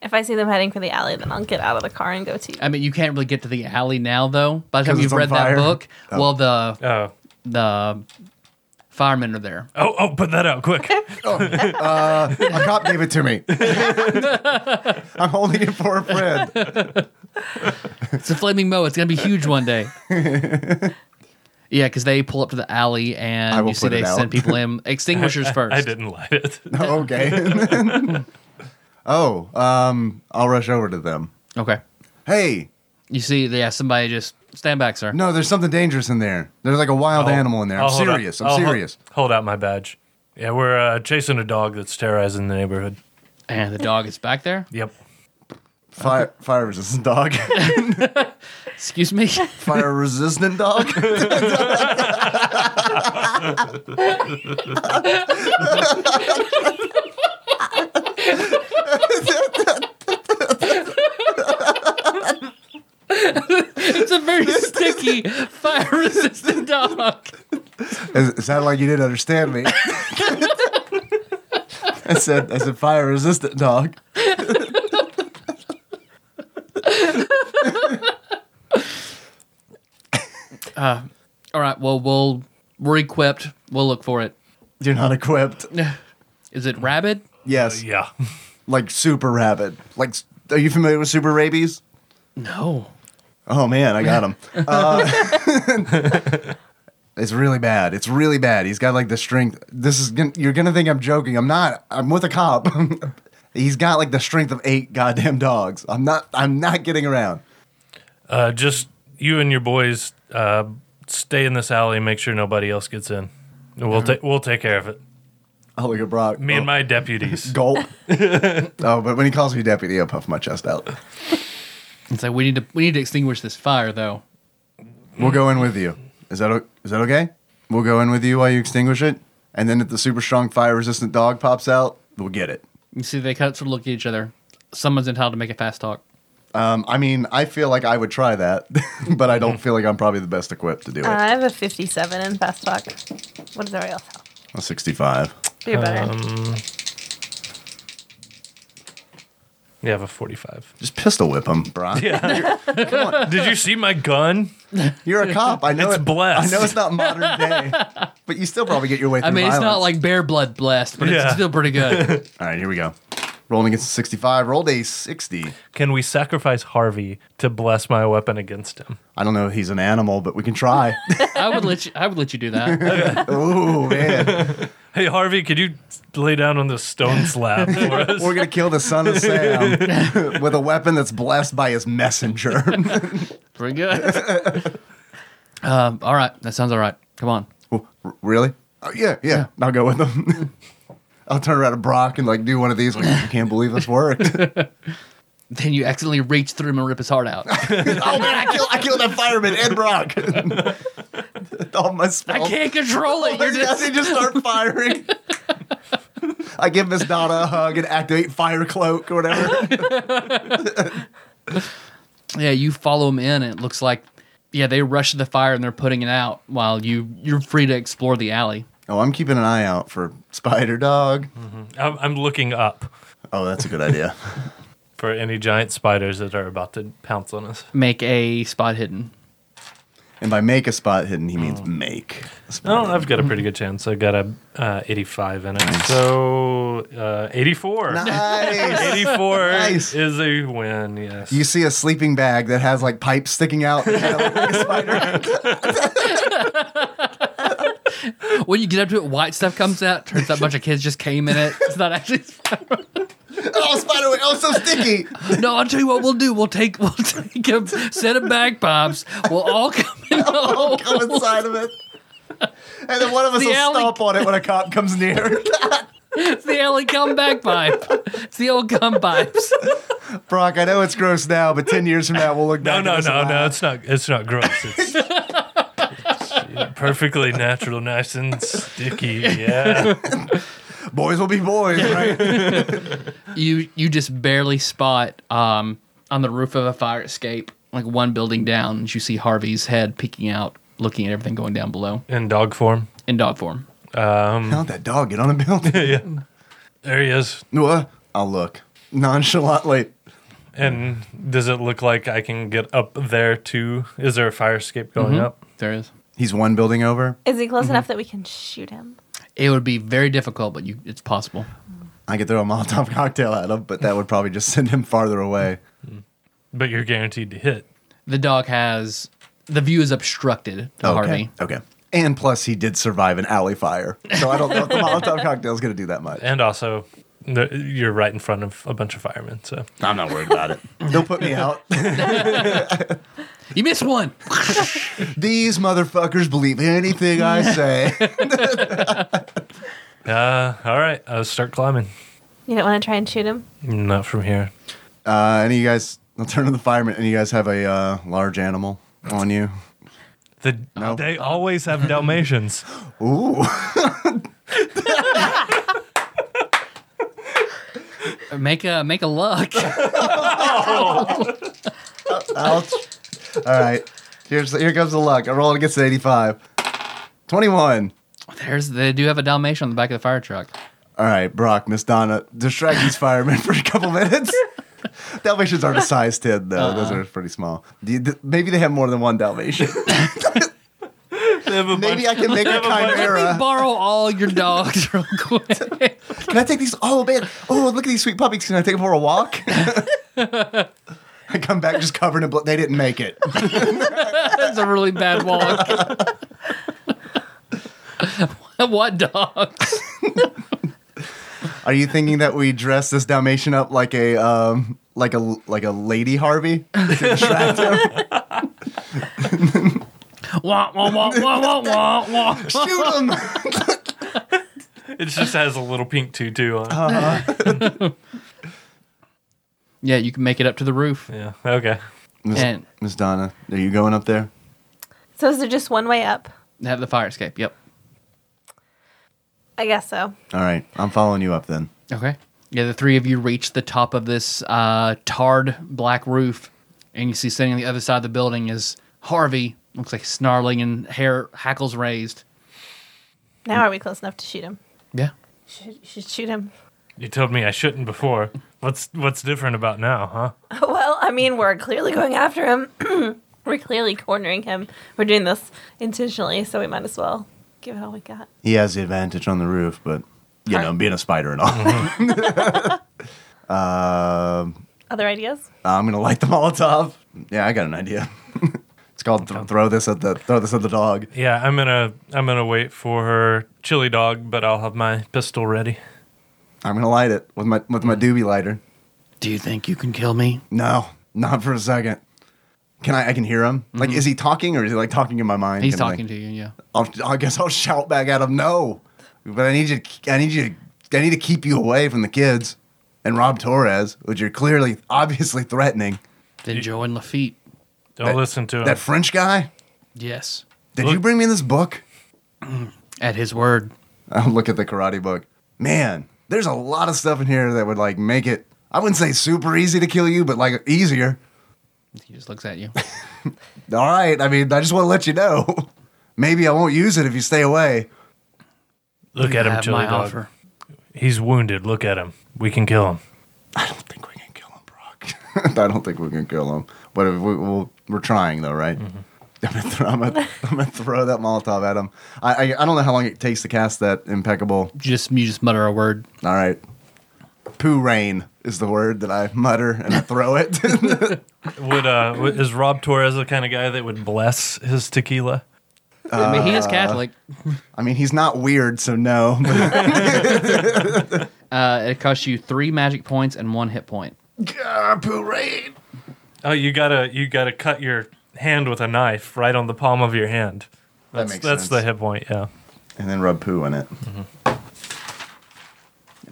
If I see them heading for the alley, then I'll get out of the car and go to you.
I mean, you can't really get to the alley now, though. By the time
'Cause it's
you've
on
read
fire.
that book,
Oh.
well, the
Oh.
the firemen are there.
Oh, oh, put that out quick.
A cop gave it to me. *laughs* I'm holding it for a friend.
It's a flaming moe. It's gonna be huge one
*laughs*
day. yeah, because they pull up to the alley
I
and
will
you see
put it
they
out.
send
*laughs*
people in extinguishers first.
I didn't light it.
Okay. *laughs* oh, um, I'll rush over to them.
Okay.
Hey,
You see, yeah, somebody just stand back, sir.
no, there's something dangerous in there. There's like a wild animal in there. I'm
I'll hold out-
serious. I'm
I'll ho-
serious.
hold out my badge. Yeah, we're uh, chasing a dog that's terrorizing the neighborhood.
And the dog is back there.
Yep.
Fire, fire resistant *laughs* dog.
Excuse me. *laughs*
fire resistant dog.
it's a
*laughs*
very sticky, fire-resistant dog.
It it sounded like you didn't understand me. I said, I said, fire resistant dog.
All right. Well, we'll we're equipped. We'll look for it.
You're not equipped.
Is it rabid?
Yes,
Yeah.
like super rabid. Like, s- are you familiar with super rabies?
No.
Oh man, I *laughs* got him. Uh, it's really bad. It's really bad. He's got like the strength. This is gonna, you're gonna think I'm joking. I'm not. I'm with a cop. *laughs* He's got like the strength of eight goddamn dogs. I'm not. I'm not getting around.
Uh, just you and your boys uh, stay in this alley. and Make sure nobody else gets in. And We'll take we'll take care of it.
Oh look at Brock.
Me and
Oh.
my deputies. *laughs*
Gulp. oh, but when he calls me deputy, I puff my chest out.
It's like we need to we need to extinguish this fire though.
We'll go in with you. Is that o- is that okay? We'll go in with you while you extinguish it, and then if the super strong fire resistant dog pops out, we'll get it.
You see, they kind of sort of look at each other. Someone's entitled to make a fast talk.
Um, I mean, I feel like I would try that, *laughs* but I don't feel like I'm probably the best equipped to do it.
Uh,
I have a 57 in fast talk. What does everybody else have?
A 65.
You're better.
Um, yeah, I have a 45.
Just pistol whip him, bro.
Yeah. *laughs* Did you see my gun?
You're a cop. I know
It's
it-
blessed.
I know it's not
*laughs*
modern day, but you still probably get your way through
I mean, it's not
violence.
like bear blood blessed, but
Yeah.
it's still pretty good.
All right, here we go. Rolling against a 65. Rolled a 60.
Can we sacrifice Harvey to bless my weapon against him?
I don't know if he's an animal, but we can try.
I would let you. I would let you do that.
*laughs* Ooh, man.
Hey, Harvey, could you lay down on the stone slab for
*laughs*
us?
We're going to kill the son of *laughs* Sam with a weapon that's blessed by his *laughs* messenger.
pretty good. *laughs* um, all right, that sounds all right. Come on.
Oh, r- really? Oh, yeah, yeah, I'll go with them. *laughs* I'll turn around to Brock and like do one of these. Like, I can't believe this *laughs* worked. "Oh,
Then you accidentally reach through him and rip his heart out.
oh man, I killed, I killed that fireman and Brock. *laughs* All
*laughs*
my
I
spells.
can't control it. You're
Yeah,
just
they just start *laughs* firing. I give Miss Donna a hug and activate fire cloak or *laughs* whatever.
*laughs* yeah. You follow him in, and it looks like yeah they rush to the fire and they're putting it out while you you're free to explore the alley.
Oh, I'm keeping an eye out for Spider Dog.
I'm, I'm looking up
Oh, that's a good idea.
for any giant spiders that are about to pounce on us.
Make a spot hidden.
and by make a spot hidden, he
Oh.
means make. a spot
No,
hidden.
Oh, I've got a pretty good chance. I got a uh, 85 in it. So, uh, 84.
Oh,
Nice.
84
Nice.
is a win,
*laughs*
yes.
You see a sleeping bag that has like pipes sticking
*laughs*
out. and kinda look like a spider.
When you get up to it, white stuff comes out. Turns out a bunch of kids just came in it. It's not actually.
oh, spider! Oh,
*laughs*
so sticky.
No, I'll tell you what we'll do. We'll take we'll take a set of bagpipes. We'll all come in.
*laughs* I'll come inside of it. And then one of us
The
will
alley-
stomp on it when a cop comes near. *laughs*
It's the alley cum bagpipe. It's the old cum pipes.
Brock, I know it's gross now, but ten years from now we'll look back.
No, Oh, no,
at this
no,
and
no.
laugh.
It's not. It's not gross.
*laughs*
It's, *laughs* it's perfectly natural, nice and
*laughs*
sticky. Yeah.
Boys will be boys,
*laughs*
right?
You you just barely spot um on the roof of a fire escape, like one building down, and you see Harvey's head peeking out, looking at everything going down below
In dog form.
in dog form.
How'd that dog get on a
*laughs*
building?
Yeah. There he is.
No, uh, I'll look nonchalantly.
And does it look like I can get up there too? Is there a fire escape going
Mm-hmm.
up?
There is.
He's one building over.
Is he close enough that we can shoot him?
It would be very difficult, but you it's possible.
I could throw a Molotov *laughs* cocktail at him, but that would probably just send him farther away.
But you're guaranteed to hit.
The dog has the view is obstructed to Harvey.
Okay. And plus, he did survive an alley fire, so I don't know if the Molotov cocktail's going to do that much.
And also, the- you're right in front of a bunch of firemen. So
I'm not worried about it. They'll put me out. *laughs*
You missed one.
These motherfuckers believe anything I say.
Uh, all right, I'll start climbing.
You don't want to try and shoot him?
Not from here.
Uh, any of you guys, I'll turn to the fireman. Any of you guys have a uh, large animal on you?
The,
No.
They always have
*laughs*
Dalmatians.
Ooh.
Make a make a luck.
Ouch. All right. Here's, here comes the luck. I roll against an 85. 21.
There's they do have a Dalmatian on the back of the fire truck.
All right, Brock, Miss Donna, distract these firemen for a couple minutes. Dalmatians aren't a size 10, though. Those are pretty small. Do you- Maybe they have more than one Dalmatian.
They have a
Maybe I can make a
Let me
chimera.
borrow all your *laughs* dogs real quick.
Can I take these? Oh, man. Oh, look at these sweet puppies. Can I take them for a walk? *laughs* I come back just covered in blood. They didn't make it.
That's a really bad walk. *laughs* what dogs?
Are you thinking that we dress this Dalmatian up like a um, like a like a lady Harvey?
Wah, wah, wah, wah, wah, wah, wah.
Shoot him!
It just has a little pink tutu on. it.
Uh-huh.
Yeah, you can make it up to the roof.
yeah. Okay.
Miss,
And
Miss Donna, are you going up there?
So is there just one way up?
have the fire escape. Yep.
I guess so.
All right, I'm following you up then.
Okay. Yeah, the three of you reach the top of this uh, tarred black roof, and you see sitting on the other side of the building is Harvey. Looks like snarling and hair hackles raised.
Now are we close enough to shoot him?
Yeah.
Should, should shoot him. *laughs*
You told me I shouldn't before. What's what's different about now, huh?
well, I mean, we're clearly going after him. *clears throat* we're clearly cornering him. We're doing this intentionally, so we might as well give it all we got.
He has the advantage on the roof, but you know, being a spider and all. *laughs* Um
Other ideas?
I'm gonna light the Molotov. Yeah, I got an idea. *laughs* it's called th- throw this at the throw this at the dog.
Yeah, I'm gonna I'm gonna wait for her chili dog, but I'll have my pistol ready.
I'm gonna light it with my with my doobie lighter.
Do you think you can kill me?
No, not for a second. Can I? I can hear him. Like, is he talking or is he like talking in my mind?
Mm-hmm. He's
kinda
talking
thing?
to you. Yeah.
I'll, I guess I'll shout back at him. No, but I need you. To, I need you. To, I need to keep you away from the kids and Rob Torres, which you're clearly, obviously threatening.
Then Joe and Lafitte.
Don't
That-
listen to him.
That French guy.
Yes.
Did you
Look-
bring me this book? *laughs*
At his word.
I'll look at the karate book. Man, there's a lot of stuff in here that would like make it. I wouldn't say super easy to kill you, but like easier.
He just looks at you.
All right. I mean, I just want to let you know. *laughs* Maybe I won't use it if you stay away.
*laughs* Look at
You
him,
have
chili
my
dog.
offer.
He's wounded. Look at him. We can kill him.
I don't think we can kill him, Brock. *laughs* I don't think we can kill him. But if we, we'll, we're trying, though, right? *laughs* I'm gonna, throw, I'm, gonna, I'm gonna throw that Molotov at him. I, I I don't know how long it takes to cast that impeccable.
Just you just mutter a word.
All right, poo rain is the word that I mutter and I throw it. *laughs*
Would uh w- is Rob Torres the kind of guy that would bless his tequila?
I mean, he
Uh,
is Catholic.
I mean, he's not weird, so no. But *laughs*
Uh, it costs you three magic points and one hit point.
Gah, poo rain.
Oh, you gotta you gotta cut your hand with a knife right on the palm of your hand.
That
That's,
makes
that's
sense.
the hit point. Yeah.
And then rub poo in it.
Let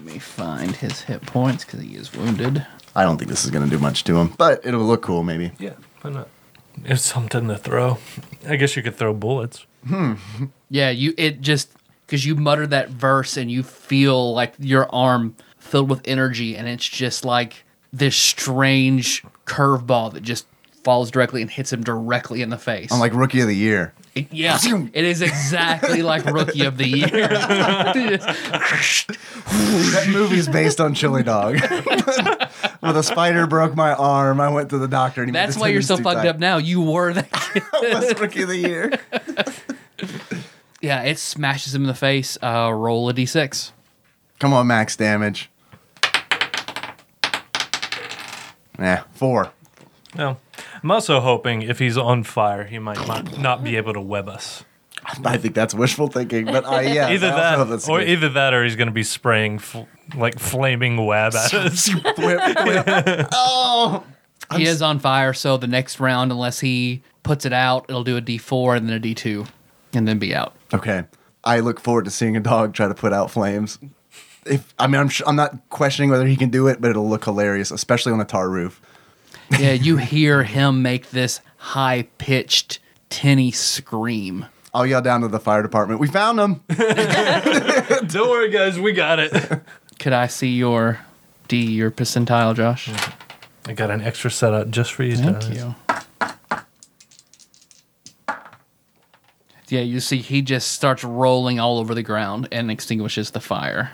me find his hit points because he is wounded.
I don't think this is gonna do much to him, but it'll look cool maybe.
Yeah. Why not? It's something to throw. I guess you could throw bullets.
Yeah, you it just because you mutter that verse and you feel like your arm filled with energy, and it's just like this strange curveball that just falls directly and hits him directly in the face.
I'm like rookie of the year.
It- yeah, it is exactly like Rookie of the
*laughs*
Year.
That movie's based on Chili Dog. *laughs* well, the spider broke my arm. I went to the doctor. And he made
That's
the
why you're so
tendons too
fucked
tight.
up now. You were that. kid.
*laughs* was rookie of the year.
yeah, it smashes him in the face. Uh, roll a d6.
Come on, max damage. Yeah, four.
Yeah. I'm also hoping if he's on fire, he might not, not be able to web us.
I think that's wishful thinking, but I
*laughs*
yeah.
Either
I also have
that,
this
or
good-
either that, or he's going to be spraying fl- like flaming web at *laughs* us.
Whip, whip. oh,
he is on fire, so the next round, unless he puts it out, it'll do a d4 and then a d2, and then be out.
*laughs* okay. I look forward to seeing a dog try to put out flames. If I mean, I'm sh- I'm not questioning whether he can do it, but it'll look hilarious, especially on a tar roof.
Yeah,
*laughs*
you hear him make this high pitched, tinny scream.
I'll yell down to the fire department. We found him. *laughs*
Don't worry, guys, we got it.
Could I see your D, your percentile, Josh?
I got an extra setup just for you.
Thank
guys.
you. Yeah, you see, he just starts rolling all over the ground and extinguishes the fire.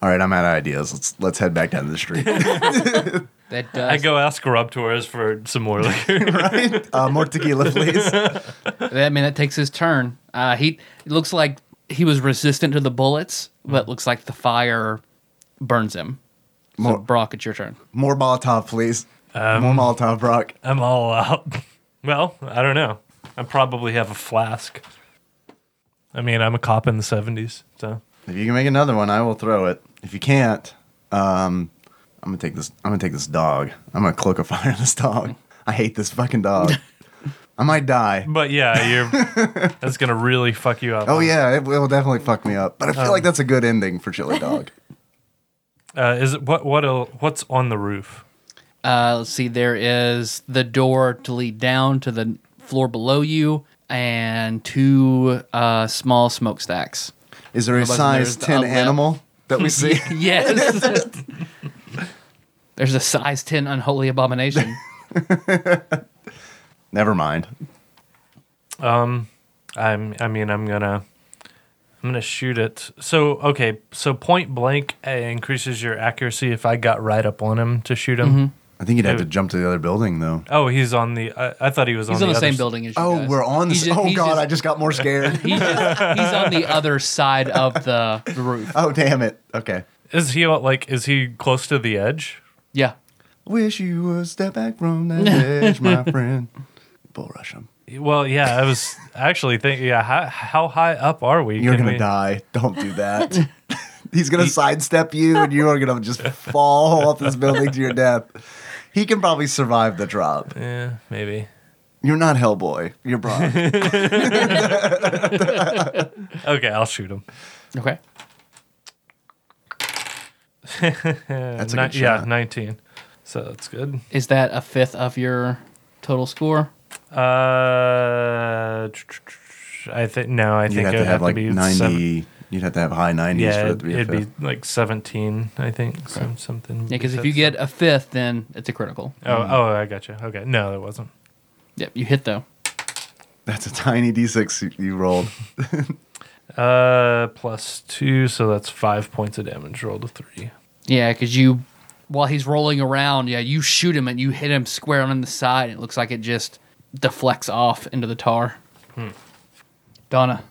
All right, I'm out of ideas. Let's let's head back down to the street. *laughs*
That
I
does
go ask Rob Torres for some more *laughs* liquor.
uh, more tequila, please.
I mean, that takes his turn. Uh, he it looks like he was resistant to the bullets, but looks like the fire burns him. So
More-
Brock, it's your turn.
More Molotov, please.
Um,
more Molotov, Brock.
I'm all out. Well, I don't know. I probably have a flask. I mean, I'm a cop in the 70s, so
If you can make another one, I will throw it. If you can't, um, I'm gonna take this. I'm gonna take this dog. I'm gonna cloak a fire in this dog. I hate this fucking dog. I might die.
But
*laughs*
yeah, you're that's gonna really fuck you up.
Oh yeah, it will definitely fuck me up. But I feel
Um,
like that's a good ending for Chili
*laughs*
Dog.
Uh, is it what what el- what's on the roof?
Uh, let's see, there is the door to lead down to the floor below you and two uh, small smokestacks.
Is there a
Otherwise, there's
size
the
ten
*laughs* outlet.
animal that we see?
Yes. *laughs* There's a size 10 unholy abomination.
Never mind.
I'm. I mean, I'm gonna. I'm gonna shoot it. So okay. So point blank uh, increases your accuracy if I got right up on him to shoot
Mm-hmm.
him.
I think you'd have to jump to the other building though.
Oh, he's on the. I, I thought he was
He's
on,
on the,
other
same
s-
building as you.
Oh,
guys.
we're on
He's
this.
ju-
oh
he's
God,
just-
I just got
*laughs*
more scared.
He's, just, he's on the other side of the roof.
oh damn it. Okay.
Is he uh, like? Is he close to the edge?
Yeah.
Wish you would step back
*laughs*
from that edge, my friend. Bull rush him.
Well, yeah.
*laughs*
I was actually thinking. Yeah. How, how high up are we?
You're
Can
gonna
we-
die. Don't do that.
*laughs*
He's gonna sidestep you, and you are gonna just fall off this building to your death. He can probably survive the drop.
Yeah. Maybe.
You're not Hellboy. You're
*laughs*
Brock.
Okay. I'll shoot him.
Okay.
That's a
Ni-
good shot.
yeah. Nineteen. So that's good.
Is that a fifth of your total score?
Uh, tr- tr- tr- I think no. I
You'd
think
have
it
to
would
have like
be
ninety.
seven-
You'd have to have high nineties
yeah,
for it
it'd,
to be a
it'd
fifth.
be like seventeen. I think some, something.
Yeah, because if
besides-
you get a fifth, then it's a critical.
oh oh, I got you. Okay, no, that wasn't.
Yep, you hit though.
That's a tiny d6 you- you rolled.
Uh, plus two, so that's five points of damage. Roll to three.
Yeah, because you, while he's rolling around, yeah, you shoot him and you hit him square on the side. And it looks like it just deflects off into the tar. Donna,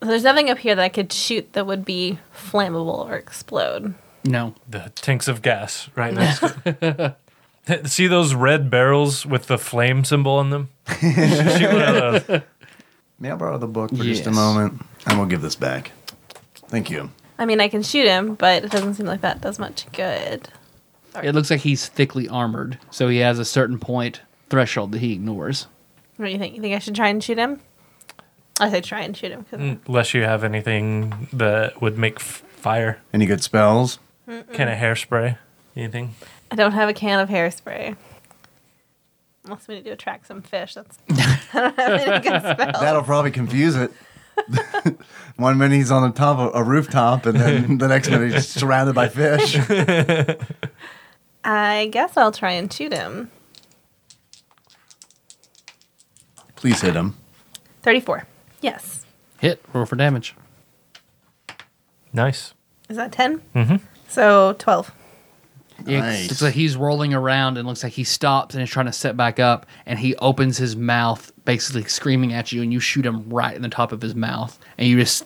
There's nothing up here that I could shoot that would be flammable or explode.
no.
The tanks of gas right next. to
*laughs*
it. *laughs* See those red barrels with the flame symbol on them? Shoot one of those.
May I borrow the book for just a
Yes.
moment? And we'll give this back. Thank you.
I mean, I can shoot him, but it doesn't seem like that does much good.
It looks like he's thickly armored, so he has a certain point threshold that he ignores.
What do you think? You think I should try and shoot him? I say try and shoot him. 'cause-
Unless you have anything that would make f- fire.
Any good spells?
Can a hairspray? Anything?
I don't have a can of hairspray. Unless we need to attract some fish. That's *laughs* I don't have any good spells.
That'll probably confuse it. *laughs* One minute he's on the top of a rooftop, and
*laughs*
then the next minute he's surrounded by fish.
I guess I'll try and shoot him.
Please hit him.
34. Yes.
Hit, roll for damage.
Nice.
Is that 10? Mm-hmm. So 12.
Yeah,
Nice.
Looks like he's rolling around and looks like he stops and is trying to set back up and he opens his mouth basically screaming at you and you shoot him right in the top of his mouth and you just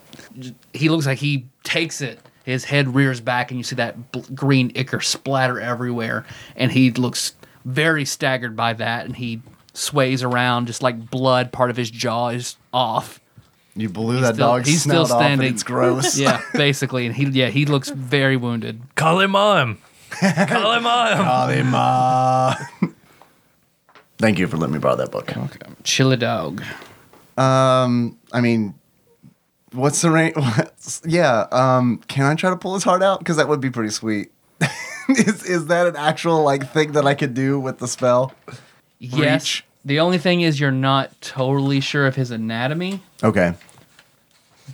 he looks like he takes it his head rears back and you see that bl- green ichor splatter everywhere and he looks very staggered by that and he sways around just like blood part of his jaw is off
You blew that
still-
dog's
he's still
snout off, and
standing.
it's
*laughs*
gross.
yeah basically and he yeah he looks very wounded
Call
*laughs*
him on. Call him on.
Golly, ma. *laughs* Thank you for letting me borrow that book.
chili dog
I mean, what's the range? What's, yeah. Um, can I try to pull his heart out? Because that would be pretty sweet. *laughs* is is that an actual like thing that I could do with the spell?
Yes.
Reach.
The only thing is you're not totally sure of his anatomy,
Okay.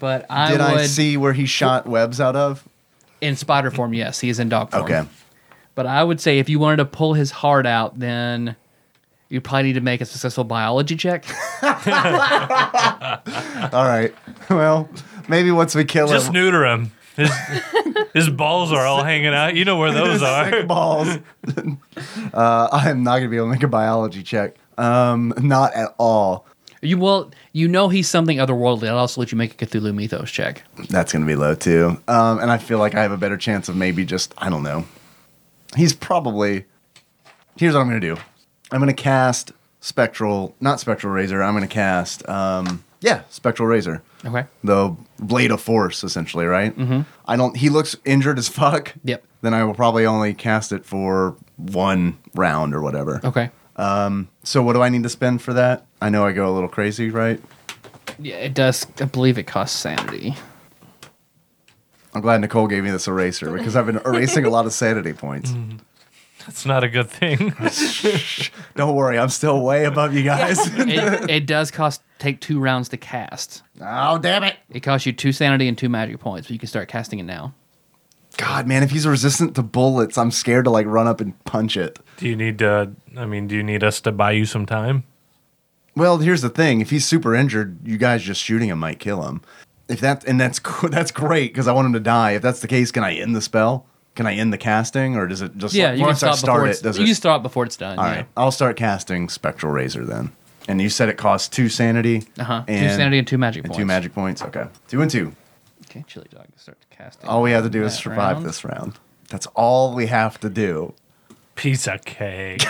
but I
Did
would
I see where he shot webs out of?
in spider form, yes, he is in dog form.
Okay.
But I would say if you wanted to pull his heart out, then you probably need to make a successful biology check. *laughs*
All right. *laughs* Well, maybe once we kill
Just
him,
neuter him.
*laughs*
His, his balls are all hanging out. You know where those are.
sick balls. *laughs* uh, I am not gonna be able to make a biology check. Um, not at all.
you well, you know he's something otherworldly. I'll also let you make a Cthulhu Mythos check.
That's gonna be low too. Um, and I feel like I have a better chance of maybe just I don't know. He's probably. Here's what I'm gonna do. I'm gonna cast spectral, not spectral razor. I'm gonna cast, um, yeah, spectral razor.
Okay.
the blade of force essentially right mm-hmm. i don't he looks injured as *laughs* fuck
Yep.
then i will probably only cast it for one round or whatever
Okay.
so what do i need to spend for that i know i go a little crazy right
Yeah, it does I believe it costs sanity.
i'm glad nicole gave me this eraser because i've been erasing a lot of sanity points
That's not a
*laughs*
good thing.
don't worry i'm still way above you guys *laughs*
It, it does cost take two rounds to cast.
oh damn it
It costs you two sanity and two magic points, but you can start casting it now.
God, man, if he's resistant to bullets, I'm scared to like run up and punch it.
Do you need to? I mean, do you need us to buy you some time?
Well, here's the thing: if he's super injured, you guys just shooting him might kill him. If that and that's *laughs* co- that's great because I want him to die. If that's the case, can I end the spell? Can I end the casting, or does it just
Yeah, you can
once I
stop before
start
it's,
it? Does
you
it
can stop before it's done.
All
yeah.
right, I'll start casting Spectral Razor then. And you said it costs two sanity.
Uh-huh. Two sanity and two magic
and two
points.
magic points. Okay, two and two.
Okay, chili dog, start casting.
All we have to do is
That
survive
round.
this round. That's all we have to do.
Piece
*laughs*
of cake.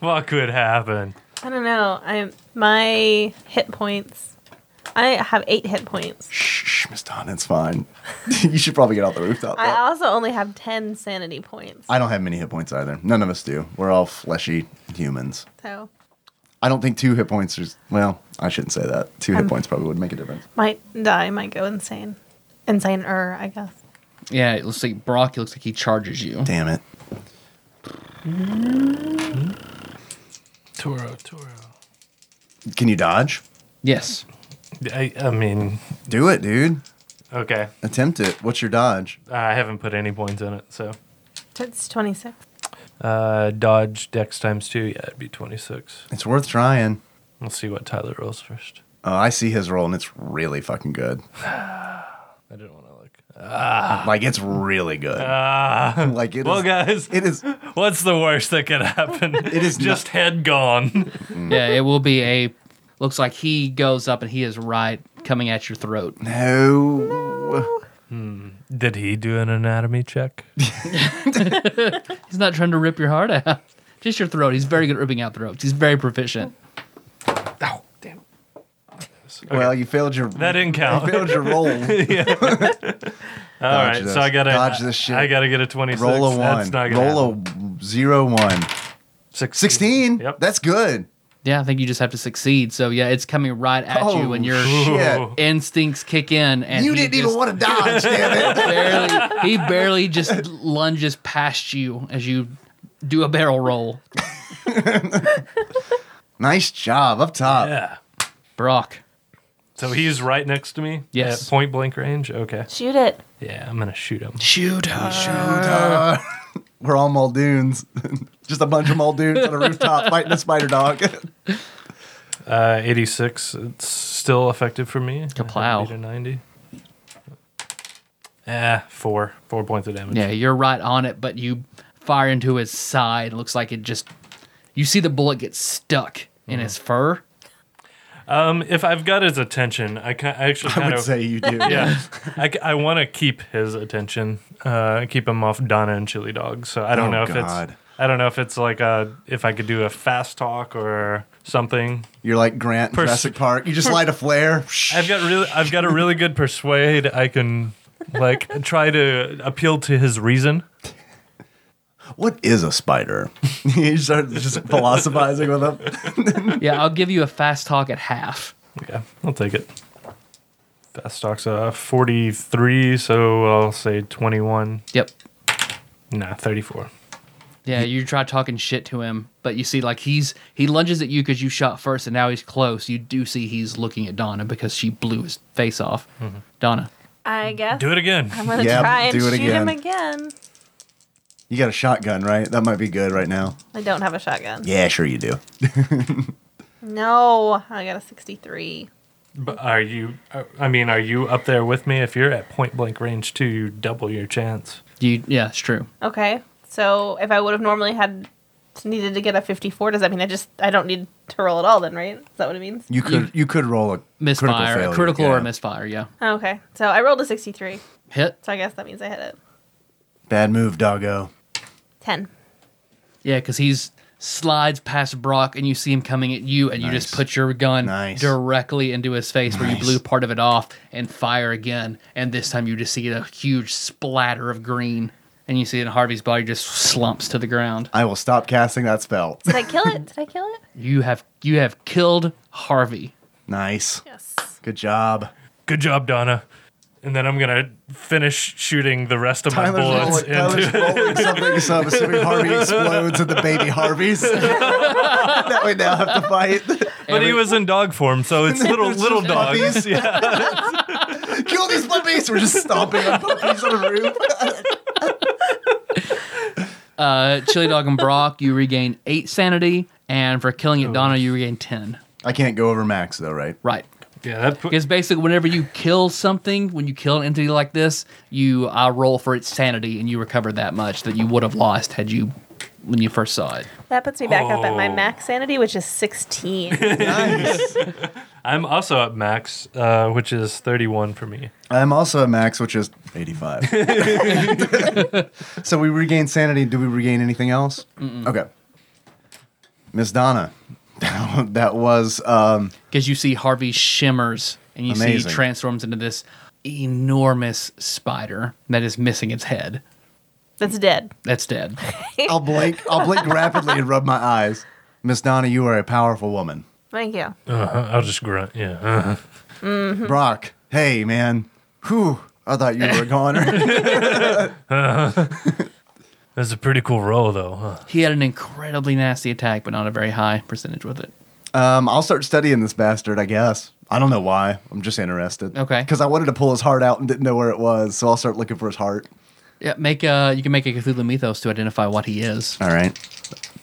what could happen?
I don't know. I'm my hit points. I have eight hit points.
Shh, shh, Miss Don, it's fine. *laughs* you should probably get off the rooftop.
I
though.
also only have ten sanity points.
I don't have many hit points either. None of us do. We're all fleshy humans.
So
I don't think two hit points is well. I shouldn't say that. Two hit points probably would make a difference.
might die, might go insane. Insane er, I guess.
Yeah, it looks like Brock. It looks like he charges you.
Damn it.
Toro, Toro.
Can you dodge?
Yes.
I, I mean,
Do it, dude.
okay.
Attempt it. What's your dodge?
I haven't put any points in it, so.
It's twenty six.
Uh, dodge dex times two. Yeah, it'd be 26.
It's worth trying.
We'll see what Tyler rolls first.
Oh, I see his roll, and it's really fucking
*sighs*
good.
I didn't want to look.
Like it's really good. like it is.
Ah. Well, guys,
It is.
what's the worst that could
*laughs*
happen? It
is
*laughs* just head gone.
Mm.
Yeah, it will be a. Looks like he goes up and he is right coming at your throat.
No.
Did he do an anatomy check?
He's not trying to rip your heart out, *laughs* just your throat. He's very good at ripping out throats. He's very proficient.
oh, damn.
Well, you failed your.
*laughs* That didn't
you
count.
*laughs* failed your
*laughs*
roll.
All
Dodge
right,
this.
so I gotta
Dodge this shit.
I gotta get a twenty-six.
roll a one.
That's not gonna
Roll
happen.
a zero one.
Sixteen.
Sixteen.
Yep.
That's good.
Yeah, I think you just have to succeed. So yeah, it's coming right at you, and
*laughs*
your
shit.
Ooh.
instincts kick in, and
Oh, You
he
didn't
just
even
*laughs*
want to dodge, damn it.
barely. He barely just lunges past you as you do a barrel roll.
Nice job up top.
Yeah.
Brock,
So he's right next to me.
Yes.
At point blank range. Okay.
Shoot it.
Yeah, I'm gonna shoot him.
shoot her.
We're all Muldoons. *laughs* Just a bunch of Muldoons on a rooftop fighting a spider dog. *laughs*
Uh, 86. It's still effective for me.
Kaplow.
I beat a 90. Ah, four. Four points of damage.
Yeah, you're right on it, but you fire into his side. Looks like it just. You see the bullet get stuck in his fur.
Um, if I've got his attention, I can. I actually
I
kind
would
of.
say you do.
yeah, I, want to keep his attention, uh, keep him off Donna and Chili Dog. So I don't
Oh,
know if
God.
it's, I don't know if it's like a, if I could do a fast talk or something.
You're like Grant in
Pers-
Jurassic Park. You just light a flare. *laughs*
I've got really, I've got a really good persuade. I can like try to appeal to his reason.
What is a spider? *laughs* you start just philosophizing with him.
Yeah, I'll give you a fast talk at half.
Yeah, I'll take it. Fast talk's uh, 43, so I'll say 21.
Yep.
Nah, 34.
Yeah, you try talking shit to him, but you see, like he's he lunges at you because you shot first, and now he's close. You do see he's looking at Donna because she blew his face off. Donna,
I guess.
Do it again.
I'm gonna
Yeah,
try and
do
shoot
it
him
again.
again.
You got a shotgun, right? That might be good right now.
I don't have a shotgun.
Yeah, sure you do.
No, I got a sixty three.
But are you? I mean, are you up there with me? If you're at point blank range too, you double your chance.
you yeah, it's true.
Okay. So if I would have normally had needed to get a 54, does that mean I just I don't need to roll at all then, right? Is that what it means?
You could you, could roll a
Misfire,
critical,
critical,
failure,
or
yeah.
a misfire. Yeah,
Okay. So I rolled a 63.
hit.
So I guess that means I hit it.
Bad move, doggo.
10.
Yeah, because he's slides past Brock, and you see him coming at you, and you just
Nice.
put your gun
Nice.
directly into his face where you
Nice.
blew part of it off, and fire again. And this time you just see a huge splatter of green, and you see in Harvey's body just slumps to the ground.
I will stop casting that spell. *laughs*
Did I kill it? Did I kill it?
You have you have killed Harvey.
Nice.
*laughs* Yes.
Good job.
Good job, Donna. And then I'm gonna finish shooting the rest of my bullets.
rolling, Tyler's
into-
rolling something, so I'm assuming *laughs* Harvey explodes at the baby Harveys. *laughs* that we now have to *laughs* fight.
*laughs* but he was in dog form,
*laughs*
so it's little little
just
dogs.
puppies.
*laughs* Yeah.
Kill these puppies! We're just stomping on puppies on the roof.
Uh, Chili Dog and Brock, you regain eight sanity, and for killing it, Donna, you regain ten.
*laughs* I can't go over max though, right?
Right.
Yeah, that put,
Because basically, whenever you kill something, when you kill an entity like this, you I roll for its sanity, and you recover that much that you would have lost had you when you first saw it.
That puts me back up at my
Oh.
max sanity, which is 16.
Nice.
I'm also at max, uh, which is 31 for me.
*laughs* I'm also at max, which is *laughs* 85. so we regain sanity. Do we regain anything else? Okay. Miss Donna, *laughs* that was um,
Because you see Harvey shimmers, and you see
Amazing.
he transforms into this enormous spider that is missing its head.
That's dead.
That's dead.
I'll blink. I'll blink rapidly and rub my eyes. Miss Donna, you are a powerful woman.
Thank you.
Uh-huh. I'll just grunt. Yeah. Uh-huh.
Brock, hey man, whew, I thought you were
*laughs*
a goner.
That's a pretty cool roll, though. Huh?
He had an incredibly nasty attack, but not a very high percentage with it.
um, I'll start studying this bastard, I guess. I don't know why. I'm just interested.
Okay.
Because I wanted to pull his heart out and didn't know where it was, so I'll start looking for his heart.
Yeah, make uh, you can make a Cthulhu mythos to identify what he is.
All right.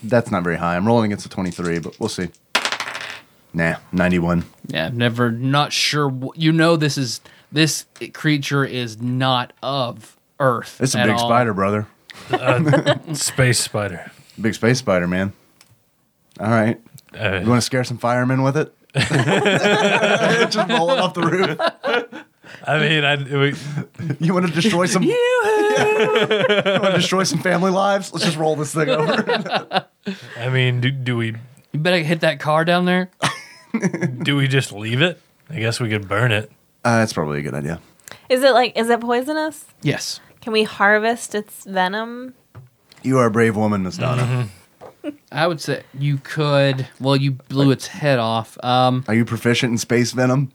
That's not very high. I'm rolling against a 23, but we'll see. Nah, 91.
Yeah, never not sure. wh- You know, this is this creature is not of Earth.
It's a
at
big
all.
spider, brother.
Space spider.
Big space spider, man. All right. You
Uh,
want to scare some firemen
*laughs*
with it? *laughs* Just rolling off the roof.
I mean, I, we-
You want to destroy some? *laughs* you want to destroy some family lives? Let's just roll this thing *laughs* over.
I mean, do, do we
You better hit that car down there.
do we just leave it? I guess we could burn it.
Uh, that's probably a good idea.
Is it like, is it poisonous?
yes.
Can we harvest its venom?
You are a brave woman, Miss Donna.
I would say you could. Well, you blew its head off. Um,
Are you proficient in space *laughs* venom?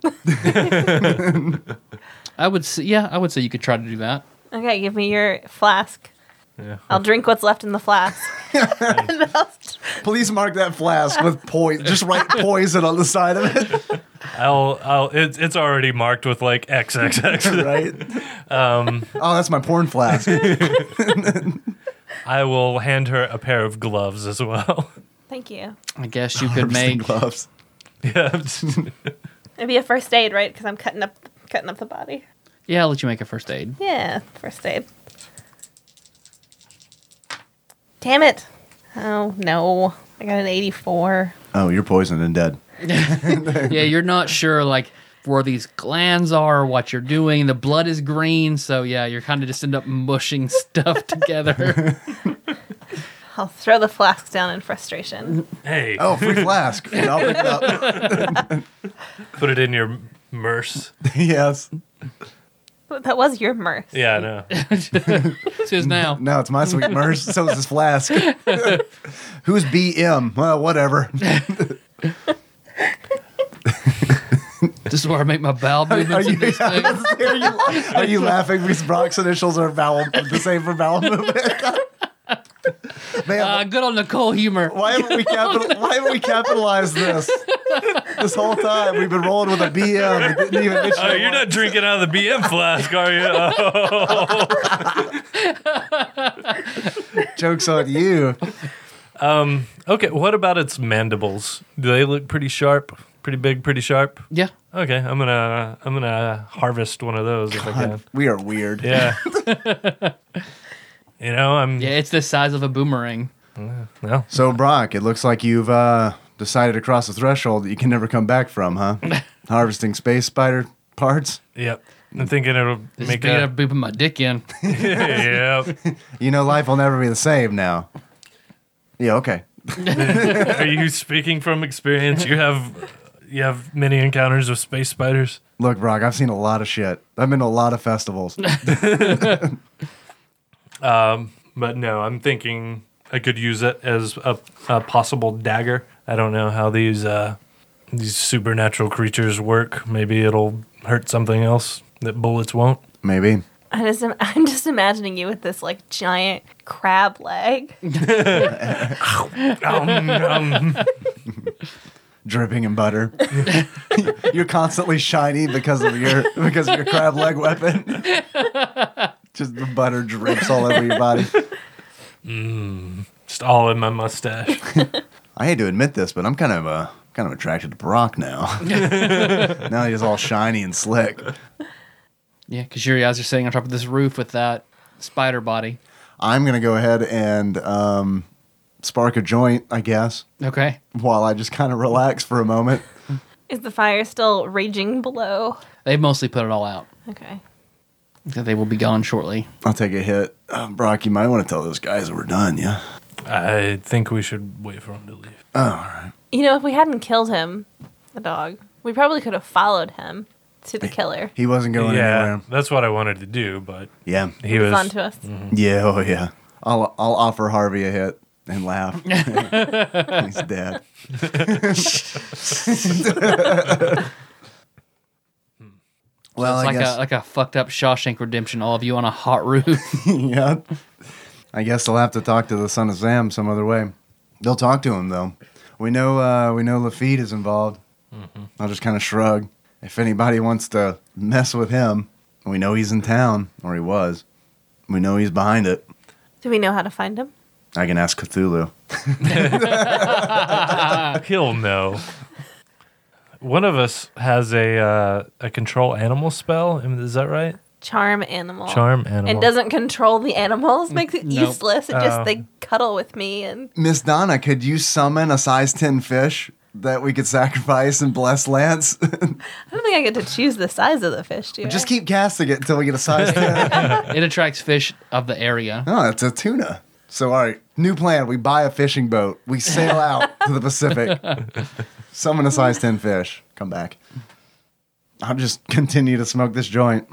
I would say, yeah, I would say you could try to do that.
Okay, give me your flask.
Yeah.
I'll drink what's left in the flask. *laughs* And I'll-
Please mark that flask with poison. Just *laughs* write poison on the side of it,
I'll. I'll. It's it's already marked with like
*laughs* *laughs*
XXX.
right? oh, that's my porn *laughs* flask.
I will hand her a pair of gloves as well. *laughs*
Thank you.
I guess
*laughs*
you could make.
gloves.
yeah.
It'd be a first aid, right? Because I'm cutting up, cutting up the body.
Yeah, I'll let you make a first aid.
Yeah, first aid. Damn it! Oh no, I got an 84.
Oh, you're poisoned and dead.
yeah, you're not sure like where these glands are, what you're doing. The blood is green, so yeah, you're kind of just end up mushing *laughs* stuff
*laughs*
together.
I'll throw the flask down in frustration.
Hey,
Oh, free flask. And *laughs* I'll pick it up.
put it in your merce.
yes.
That was your mirth.
Yeah, I know.
This is now.
Now it's my *laughs* sweet merch. So is this *laughs* flask. Who's BM? Well, whatever.
This is where I make my bowel
Are
movements.
you,
and
*laughs*
these things.
are you, are you laughing because Brock's initials are vowel the same for vowel movement? Man,
Uh, good on Nicole humor.
why haven't we capital, Why haven't we capitalized this? This whole time we've been rolling with a BM. It didn't even mention
Oh,
it
you're not drinking out of the BM flask, are you? Oh,
jokes on you.
okay, what about its mandibles? Do they look pretty sharp? Pretty big, pretty sharp.
Yeah.
Okay, I'm gonna I'm gonna harvest one of those if I can.
We are weird.
Yeah. you know, I'm
Yeah, it's the size of a boomerang.
well,
So Brock, it looks like you've uh, decided to cross a threshold that you can never come back from,
*laughs*
huh? Harvesting space spider parts.
yep. I'm thinking it'll
This Make
make
better
a
booping my dick in.
*laughs*
*laughs*
yep.
You know, life will never be the same now. Yeah. Okay.
Are you speaking from experience? You have you have many encounters with space spiders.
Look, Brock, I've seen a lot of shit. I've been to a lot of festivals.
But no, I'm thinking I could use it as a, a possible dagger. I don't know how these uh, these supernatural creatures work. Maybe it'll hurt something else that bullets won't.
Maybe.
I just, im- *laughs* I'm just imagining you with this like giant crab leg.
Um, um,
Dripping in butter. You're constantly shiny because of your because of your crab leg weapon. Just the butter drips all over your body.
*laughs* Just all in my mustache.
I hate to admit this, but I'm kind of uh, kind of attracted to Brock now. now he's all shiny and slick.
Yeah, because your eyes are sitting on top of this roof with that spider body.
I'm gonna go ahead and um, spark a joint, I guess,
Okay.
while I just kind of relax for a moment.
Is the fire still raging below?
They've mostly put it all out.
Okay.
They will be gone shortly.
I'll take a hit. Uh, Brock, you might want to tell those guys that we're done. Yeah.
I think we should wait for him to leave.
You know, if we hadn't killed him, the dog, we probably could have followed him to the killer.
He wasn't going
yeah,
anywhere.
that's what I wanted to do, but
Yeah.
he
He's on
was. Mm.
to us.
Yeah. Oh yeah. I'll I'll offer Harvey a hit and
*laughs*
laugh. he's dead. well,
it's
I
like
guess.
a like a fucked up Shawshank Redemption. All of you on a hot roof.
*laughs*
*laughs*
yeah. I guess I'll have to talk to the son of Sam some other way. They'll talk to him though. We know uh, we know Lafitte is involved.
Mm-hmm.
I'll just kind of shrug. If anybody wants to mess with him, we know he's in town, or he was. We know he's behind it.
Do we know how to find him?
I can ask Cthulhu.
He'll know. One of us has a uh, a control animal spell. am- Is that right?
Charm animal.
Charm animal.
And doesn't control the animals, makes it
Nope.
useless. It just
Oh.
they cuddle with me and
Miss Donna, could you summon a size 10 fish that we could sacrifice and bless Lance? *laughs*
I don't think I get to choose the size of the fish, do you?
Just keep casting it until we get a size 10. *laughs*
it attracts fish of the area.
oh, it's a tuna. So, all right, new plan. We buy a fishing boat. We sail out to the *laughs* Pacific. Summon a size 10 fish. Come back. I'll just *laughs* continue to smoke this joint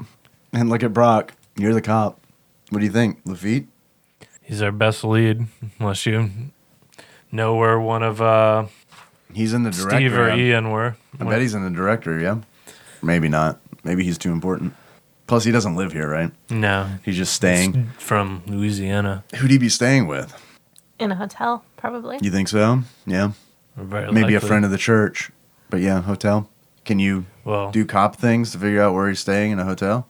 and look at Brock. You're the cop. What do you think, Lafitte?
He's our best lead, unless you know where one of uh,
He's in the director.
Steve or
yeah.
Ian were.
I bet he's in the director, yeah? Maybe not. Maybe he's too important. Plus, he doesn't live here, right?
No,
He's just staying.
from Louisiana.
Who'd he be staying with?
in a hotel, probably.
You think so? Yeah.
Very
Maybe a
likely.
friend of the church. But yeah, hotel. Can you
Well,
do cop things to figure out where he's staying in a hotel?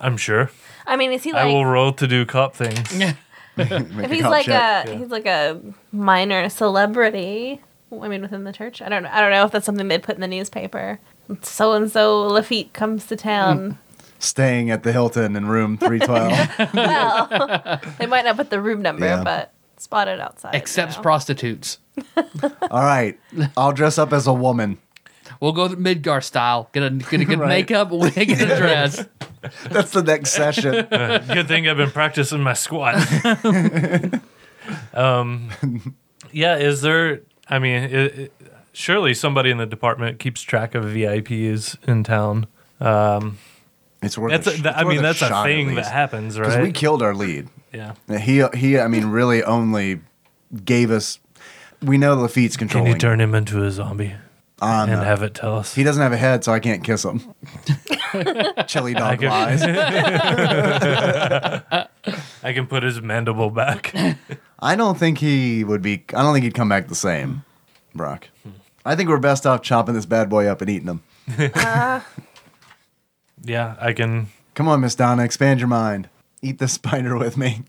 I'm sure.
I mean, is he
I
like
will roll to do cop things.
Make
if
a
he's
cop
like
check.
a
yeah.
he's like a minor celebrity? I mean, within the church, I don't know. I don't know if that's something they put in the newspaper. So and so Lafitte comes to
Mm.
town.
staying at the Hilton in
*laughs*
room 312.
they might not put the room number,
Yeah.
but spotted outside. you
Accepts
know.
prostitutes.
All right. I'll dress up as a woman. *laughs*
We'll go the Midgar style. Get a get a good
Right.
makeup, wig, and
*laughs*
a dress.
That's the next session.
Good thing I've been practicing my squat. *laughs* um, yeah, is there? I mean, i i surely somebody in the department keeps track of VIPs in town.
It's worth
That's.
a
A,
sh-
that,
it's
I
worth
mean, that's a
shot, at
thing that
least.
happens,
'Cause
right?
we killed our lead.
yeah.
He, he, I mean, really only gave us. We know Lafitte's
Can
controlling.
you turn him into a zombie
I'm
and
not-
have it tell
uh,
us?
He doesn't have a head, so I can't kiss
*laughs*
him. Chili
I
dog
can-
lies.
I can put his mandible back.
I don't think he would be. I don't think he'd come back the same, Brock. I think we're best off chopping this bad boy up and eating him.
*laughs* yeah, I can.
Come on, Miss Donna, expand your mind. Eat this *laughs* spider with me.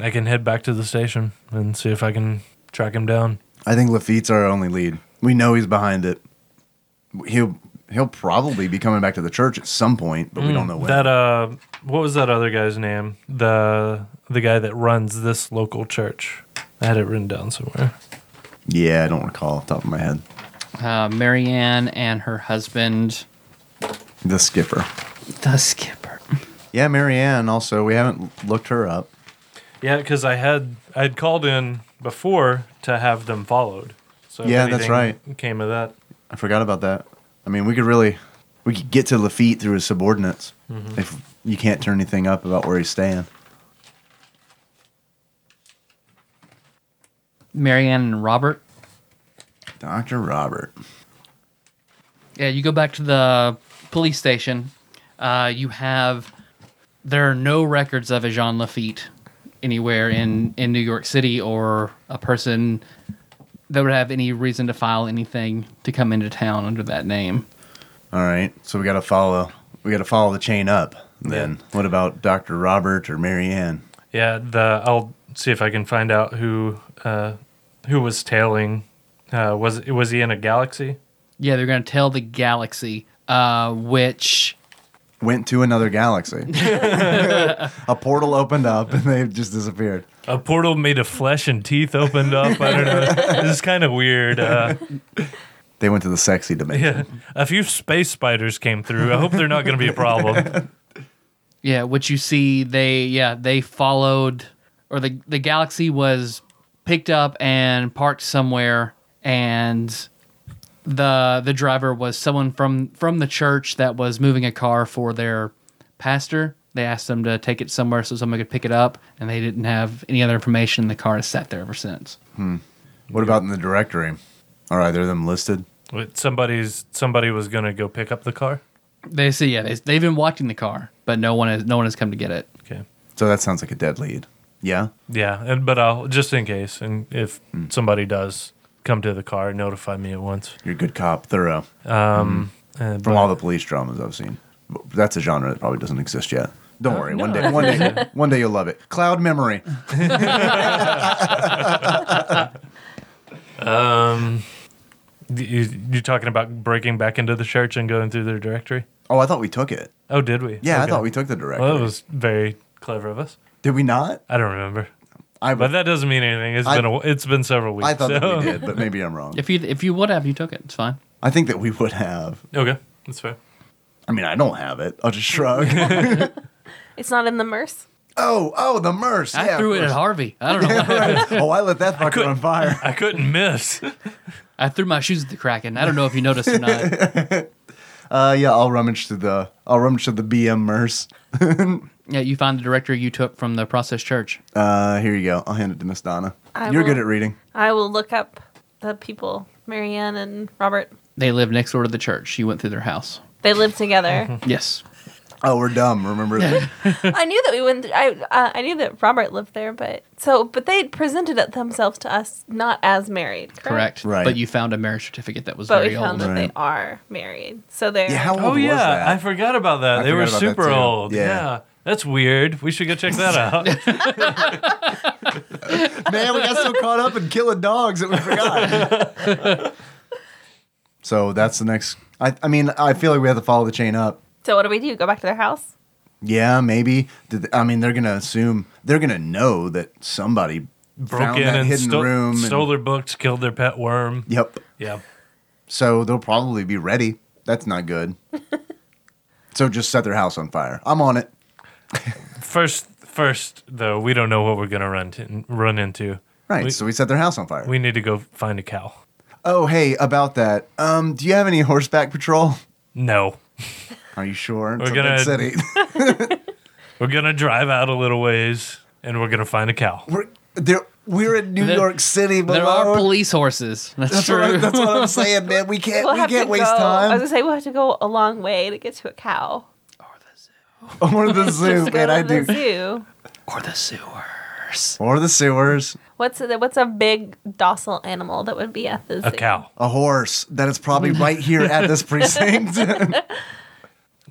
I can head back to the station and see if I can track him down.
I think Lafitte's our only lead. We know he's behind it. He'll he'll probably be coming back to the church at some point, but we don't know when.
That uh, what was that other guy's name? The the guy that runs this local church. I had it written down somewhere.
yeah, I don't recall off the top of my head.
Uh, Marianne and her husband,
The skipper.
the skipper.
Yeah, Marianne. Also, we haven't looked her up.
Yeah, because I had I had called in before to have them followed. So if
Yeah, that's
anything
right.
Came of that.
I forgot about that. I mean, we could really we could get to Lafitte through his subordinates if you can't turn anything up about where he's staying.
Marianne and Robert.
Doctor Robert.
Yeah, you go back to the police station. Uh, you have there are no records of a Jean Lafitte anywhere in in New York City or a person that would have any reason to file anything to come into town under that name.
All right, so we got to follow. We got to follow the chain up. Then what about Doctor Robert or Marianne?
Yeah, the I'll see if I can find out who uh, who was tailing. Uh, was was he in a galaxy?
Yeah, they're going to tell the galaxy, uh, which
Went to another galaxy. a portal opened up and they just disappeared.
A portal made of flesh and teeth opened up. I don't know. this is kind of weird. Uh, *laughs*
They went to the sexy dimension.
yeah, a few space spiders came through. I hope they're not going to be a problem.
Yeah, which you see they yeah, they followed or the the galaxy was picked up and parked somewhere and the the driver was someone from from the church that was moving a car for their pastor. They asked them to take it somewhere so someone could pick it up and they didn't have any other information. The car has sat there ever since.
What about in the directory? Are either of them listed?
Wait, Somebody's somebody was going to go pick up the car.
They see yeah, they, they've been watching the car, but no one has no one has come to get it.
Okay.
So that sounds like a dead lead. Yeah.
Yeah, and but I'll just in case, and if
Hmm.
somebody does come to the car, notify me at once.
You're a good cop, thorough.
Um,
From
uh, but-
all the police dramas I've seen. That's a genre that probably doesn't exist yet. Don't worry. One
Oh, no.
day
*laughs*
one day one day you'll love it. Cloud memory.
Um, you, you talking about breaking back into the church and going through their directory?
Oh, I thought we took it.
Oh, did we?
Yeah,
Okay.
I thought we took the directory.
Well, that was very clever of us.
Did we not?
I don't remember,
I
but that doesn't mean anything. It's
Hmm. I-
been a, it's been several weeks.
I thought that we
so-
did, but maybe I'm wrong.
If you if you would have, you took it. It's fine.
I think that we would have.
*laughs* Okay, that's fair.
I mean, I don't have it. I'll just
*laughs*
shrug.
It's not in the merce.
oh, oh, the merce.
I
yeah,
threw it
of
at Harvey. I
*laughs*
don't know. why.
course. Oh, I lit that fucker on fire.
I couldn't
*laughs*
miss.
I threw my shoes at the Kraken. I don't know if you noticed or not.
*laughs* Uh, yeah, I'll rummage to the I'll rummage to the BM merce.
Yeah, you find the directory you took from the process church.
Uh, here you go. I'll hand it to Miss Donna.
I
You're
will-
good at reading.
I will look up the people, Marianne and Robert.
They live next door to the church. You went through their house.
They live
*laughs*
together.
Yes.
Oh, we're dumb.
*laughs*
Remember that?
I knew that we wouldn't. I uh, I knew that Robert lived there, but so but they presented it themselves to us not as married, correct?
Correct.
Right.
But you found a marriage certificate that was
But we
very
found
old.
that they
Right.
are married, so they're
Yeah, how old
Oh
was that?
yeah, I forgot about that.
I
they were
forgot about that
super
too.
old.
Yeah.
Yeah. that's weird. We should go
*laughs*
check that out.
Man, we got so caught up in killing dogs that we forgot. *laughs* so that's the next. I, I mean, I feel like we have to follow the chain up.
So what do we do? Go back to their house?
Yeah, maybe. Did they- I mean, they're gonna assume they're gonna know that somebody
Broke
found
in
that
and
hidden
stole,
room. and-
stole their books, killed their pet worm.
Yep.
Yeah.
So they'll probably be ready. That's not
*laughs*
good. so just set their house on fire. I'm on it.
First, first though, we don't know what we're gonna run to, run into.
Right.
We-
so we set their house on fire.
We need to go find a cow.
oh, hey, about that. Um, do you have any horseback patrol?
No,
Are you sure?
We're gonna-
a big
*laughs*
city. *laughs*
we're gonna drive out a little ways and we're gonna find a cow.
we're there. We're in New
There-
York City, but
There are police horses. That's,
That's
true.
what, I- that's what I'm saying, man. We can't.
We'll
we
have
can't
to
waste
go. I was
time.
gonna say we'll have to go a long way to get to a cow.
Or
*laughs*
the zoo,
to go
man.
to
I
the
do.
zoo.
or the sewers.
Or the sewers.
What's a, what's a big docile animal that would be at the zoo?
A cow.
A horse that
*laughs*
is probably right here at this precinct. *laughs*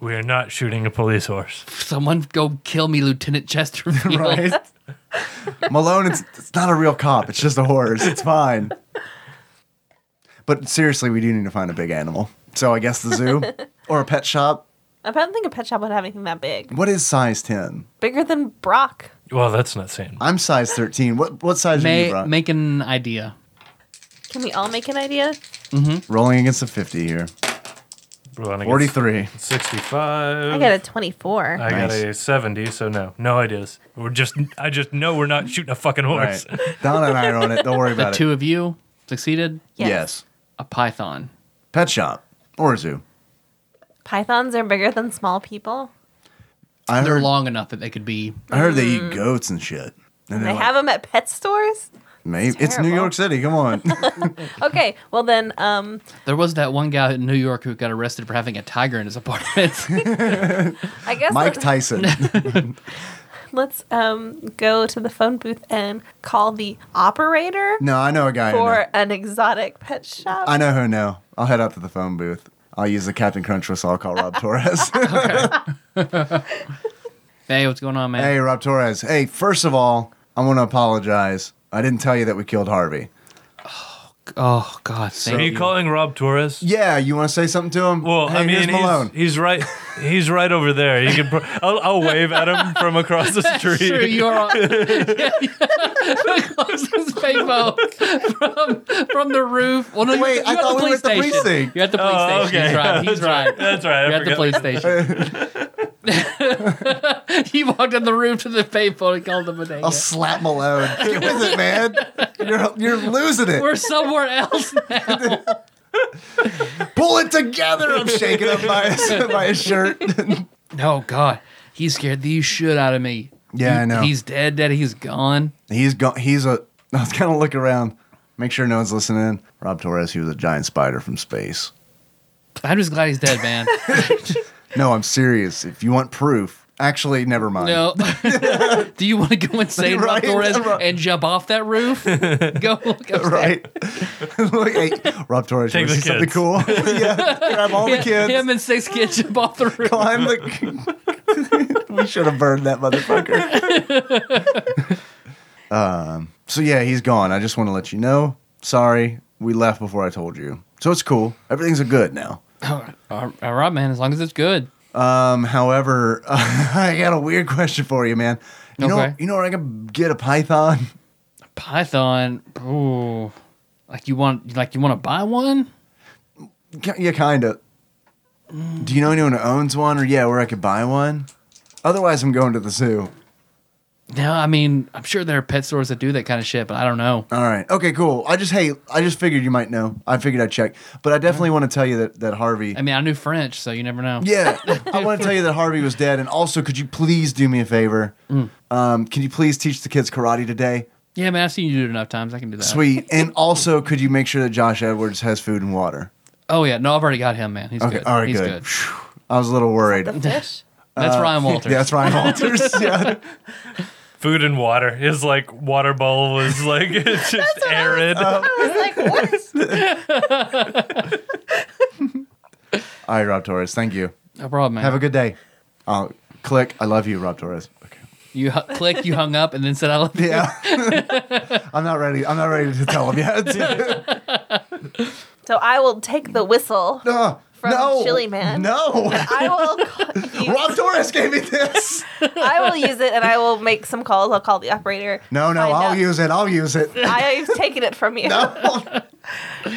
We are not shooting a police horse.
Someone go kill me, Lieutenant Chesterfield.
*laughs* right? Malone, it's, it's not a real cop. It's just a horse. It's fine. But seriously, we do need to find a big animal. So I guess the
*laughs*
zoo or a pet shop.
I don't think a pet shop would have anything that big.
What is size 10?
Bigger than Brock.
Well, that's not saying.
I'm size 13. What what size are
*laughs*
you,
May,
Brock?
make an idea.
Can we all make an idea?
Rolling against a 50 here.
We're running against
43.
65.
I got a 24.
I got
Nice.
a 70, so no. No ideas. We're just, I just know we're not shooting a fucking horse.
Right. Donna and I are on it. Don't worry about it.
Two of you succeeded.
Yes.
yes.
A python.
Pet shop or a zoo.
Pythons are bigger than small people.
I
They're
heard,
long enough that they could be.
I heard they eat goats and shit. And
Mm. They
they're like,
have them at pet stores?
Maybe it's New
terrible.
York City. Come
*laughs*
on.
Okay, well then, um,
There was that one guy in New York who got arrested for having a tiger in his apartment.
*laughs*
I guess
Mike
let's,
Tyson.
let's um, go to the phone booth and call the operator
No, I know a guy. who knows.
for an exotic pet shop.
I know who now. I'll head out to the phone booth. I'll use the Captain Crunch whistle. I'll call
*laughs*
Rob Torres. *laughs*
hey, what's going on, man?
hey, Rob Torres. Hey, first of all, I want to apologize. I didn't tell you that we killed Harvey.
Oh God, thank
Are you
you.
calling Rob Torres?
Yeah, you want to say something to him?
Well,
hey,
I
here's
mean, he's,
Malone.
he's right. He's right over there. You can. Pro- I'll, I'll wave at him from
*laughs*
across the street.
Sure, you are. on- Yeah, yeah. the closest payphone from from the roof. Well, no,
Wait,
you're, you're
I
at
thought
the
we
police
were at the
station.
police thing.
You're at the police
Oh,
station.
okay.
He's right. He's right.
That's right. *laughs* That's right. I
You're at the
forgot.
police station.
*laughs*
he walked on the roof to the payphone and called them a day.
I'll
*laughs*
slap Malone. Get with it, man. You're you're losing it.
We're somewhere else now.
Pull it together. I'm shaking up my
*laughs*
my shirt.
No, God, he scared the shit out of me.
Yeah,
He-
I know.
He's dead. Dead. He's gone.
He's go- He's a. *laughs* I was kind of look around, make sure no one's listening. Rob Torres. He was a giant spider from space.
I'm just glad he's dead, man.
No, I'm serious. If you want proof, actually, never mind.
No. *laughs* Do you want to go insane, Rob
Right,
Torres,
right.
and jump off that
*laughs*
roof? go look upstairs.
*laughs* Right. *laughs* Look, hey, Rob Torres, you
Take
wanna
the
see something
kids.
cool? *laughs*
*laughs*
yeah, grab all the kids.
Him and six kids jump off the roof.
climb the. *laughs* we should have burned that motherfucker. um. So yeah, he's gone. I just want to let you know. Sorry, we left before I told you. So it's cool. Everything's good now.
All all right, man. As long as it's good.
Um. However, *laughs* I got a weird question for you, man. You know,
Okay.
you know where I can get a python?
Python. Ooh. Like you want? Like you want to buy one?
Ki- Yeah, kind of. Do you know anyone who owns one, or yeah, where I could buy one? Otherwise, I'm going to the zoo.
No, I mean, I'm sure there are pet stores that do that kind of shit, but I don't know.
All right. Okay. Cool. I just hey, I just figured you might know. I figured I'd check, but I definitely want to tell you that that Harvey.
I mean, I knew French, so you never know. *laughs*
yeah, I want to tell you that Harvey was dead, and also, could you please do me a favor?
Mm.
Um, can you please teach the kids karate today?
Yeah, man. I've seen you do it enough times. I can do that.
Sweet. And also, could you make sure that Josh Edwards has food and water?
Oh yeah. No, I've already got him, man. He's
Okay.
good.
All right.
He's
good. Uh, Phew. I was a little worried.
The fish.
That's Ryan Walters.
*laughs* Yeah, that's Ryan
*laughs*
Walters. yeah.
Food and water. His like water bowl was like *laughs* it's just arid.
Uh,
I was like, what?
*laughs*
is-
All right, Rob Torres. Thank you.
No problem, man.
Have a good day. I'll click. I love you, Rob Torres. Okay.
You hu- click, you hung up, and then said, "I love you."
Yeah. *laughs* I'm not ready. I'm not ready to tell him yet.
*laughs*
So I will take the whistle.
Ugh,
From Chili Man. *laughs*
No.
I will.
*laughs*
Call you.
Rob Torres gave me this.
I will use it, and I will make some calls. I'll call the operator.
No, no,
Find
I'll
out-
use it. I'll use it.
I've taken it from you.
*laughs* No.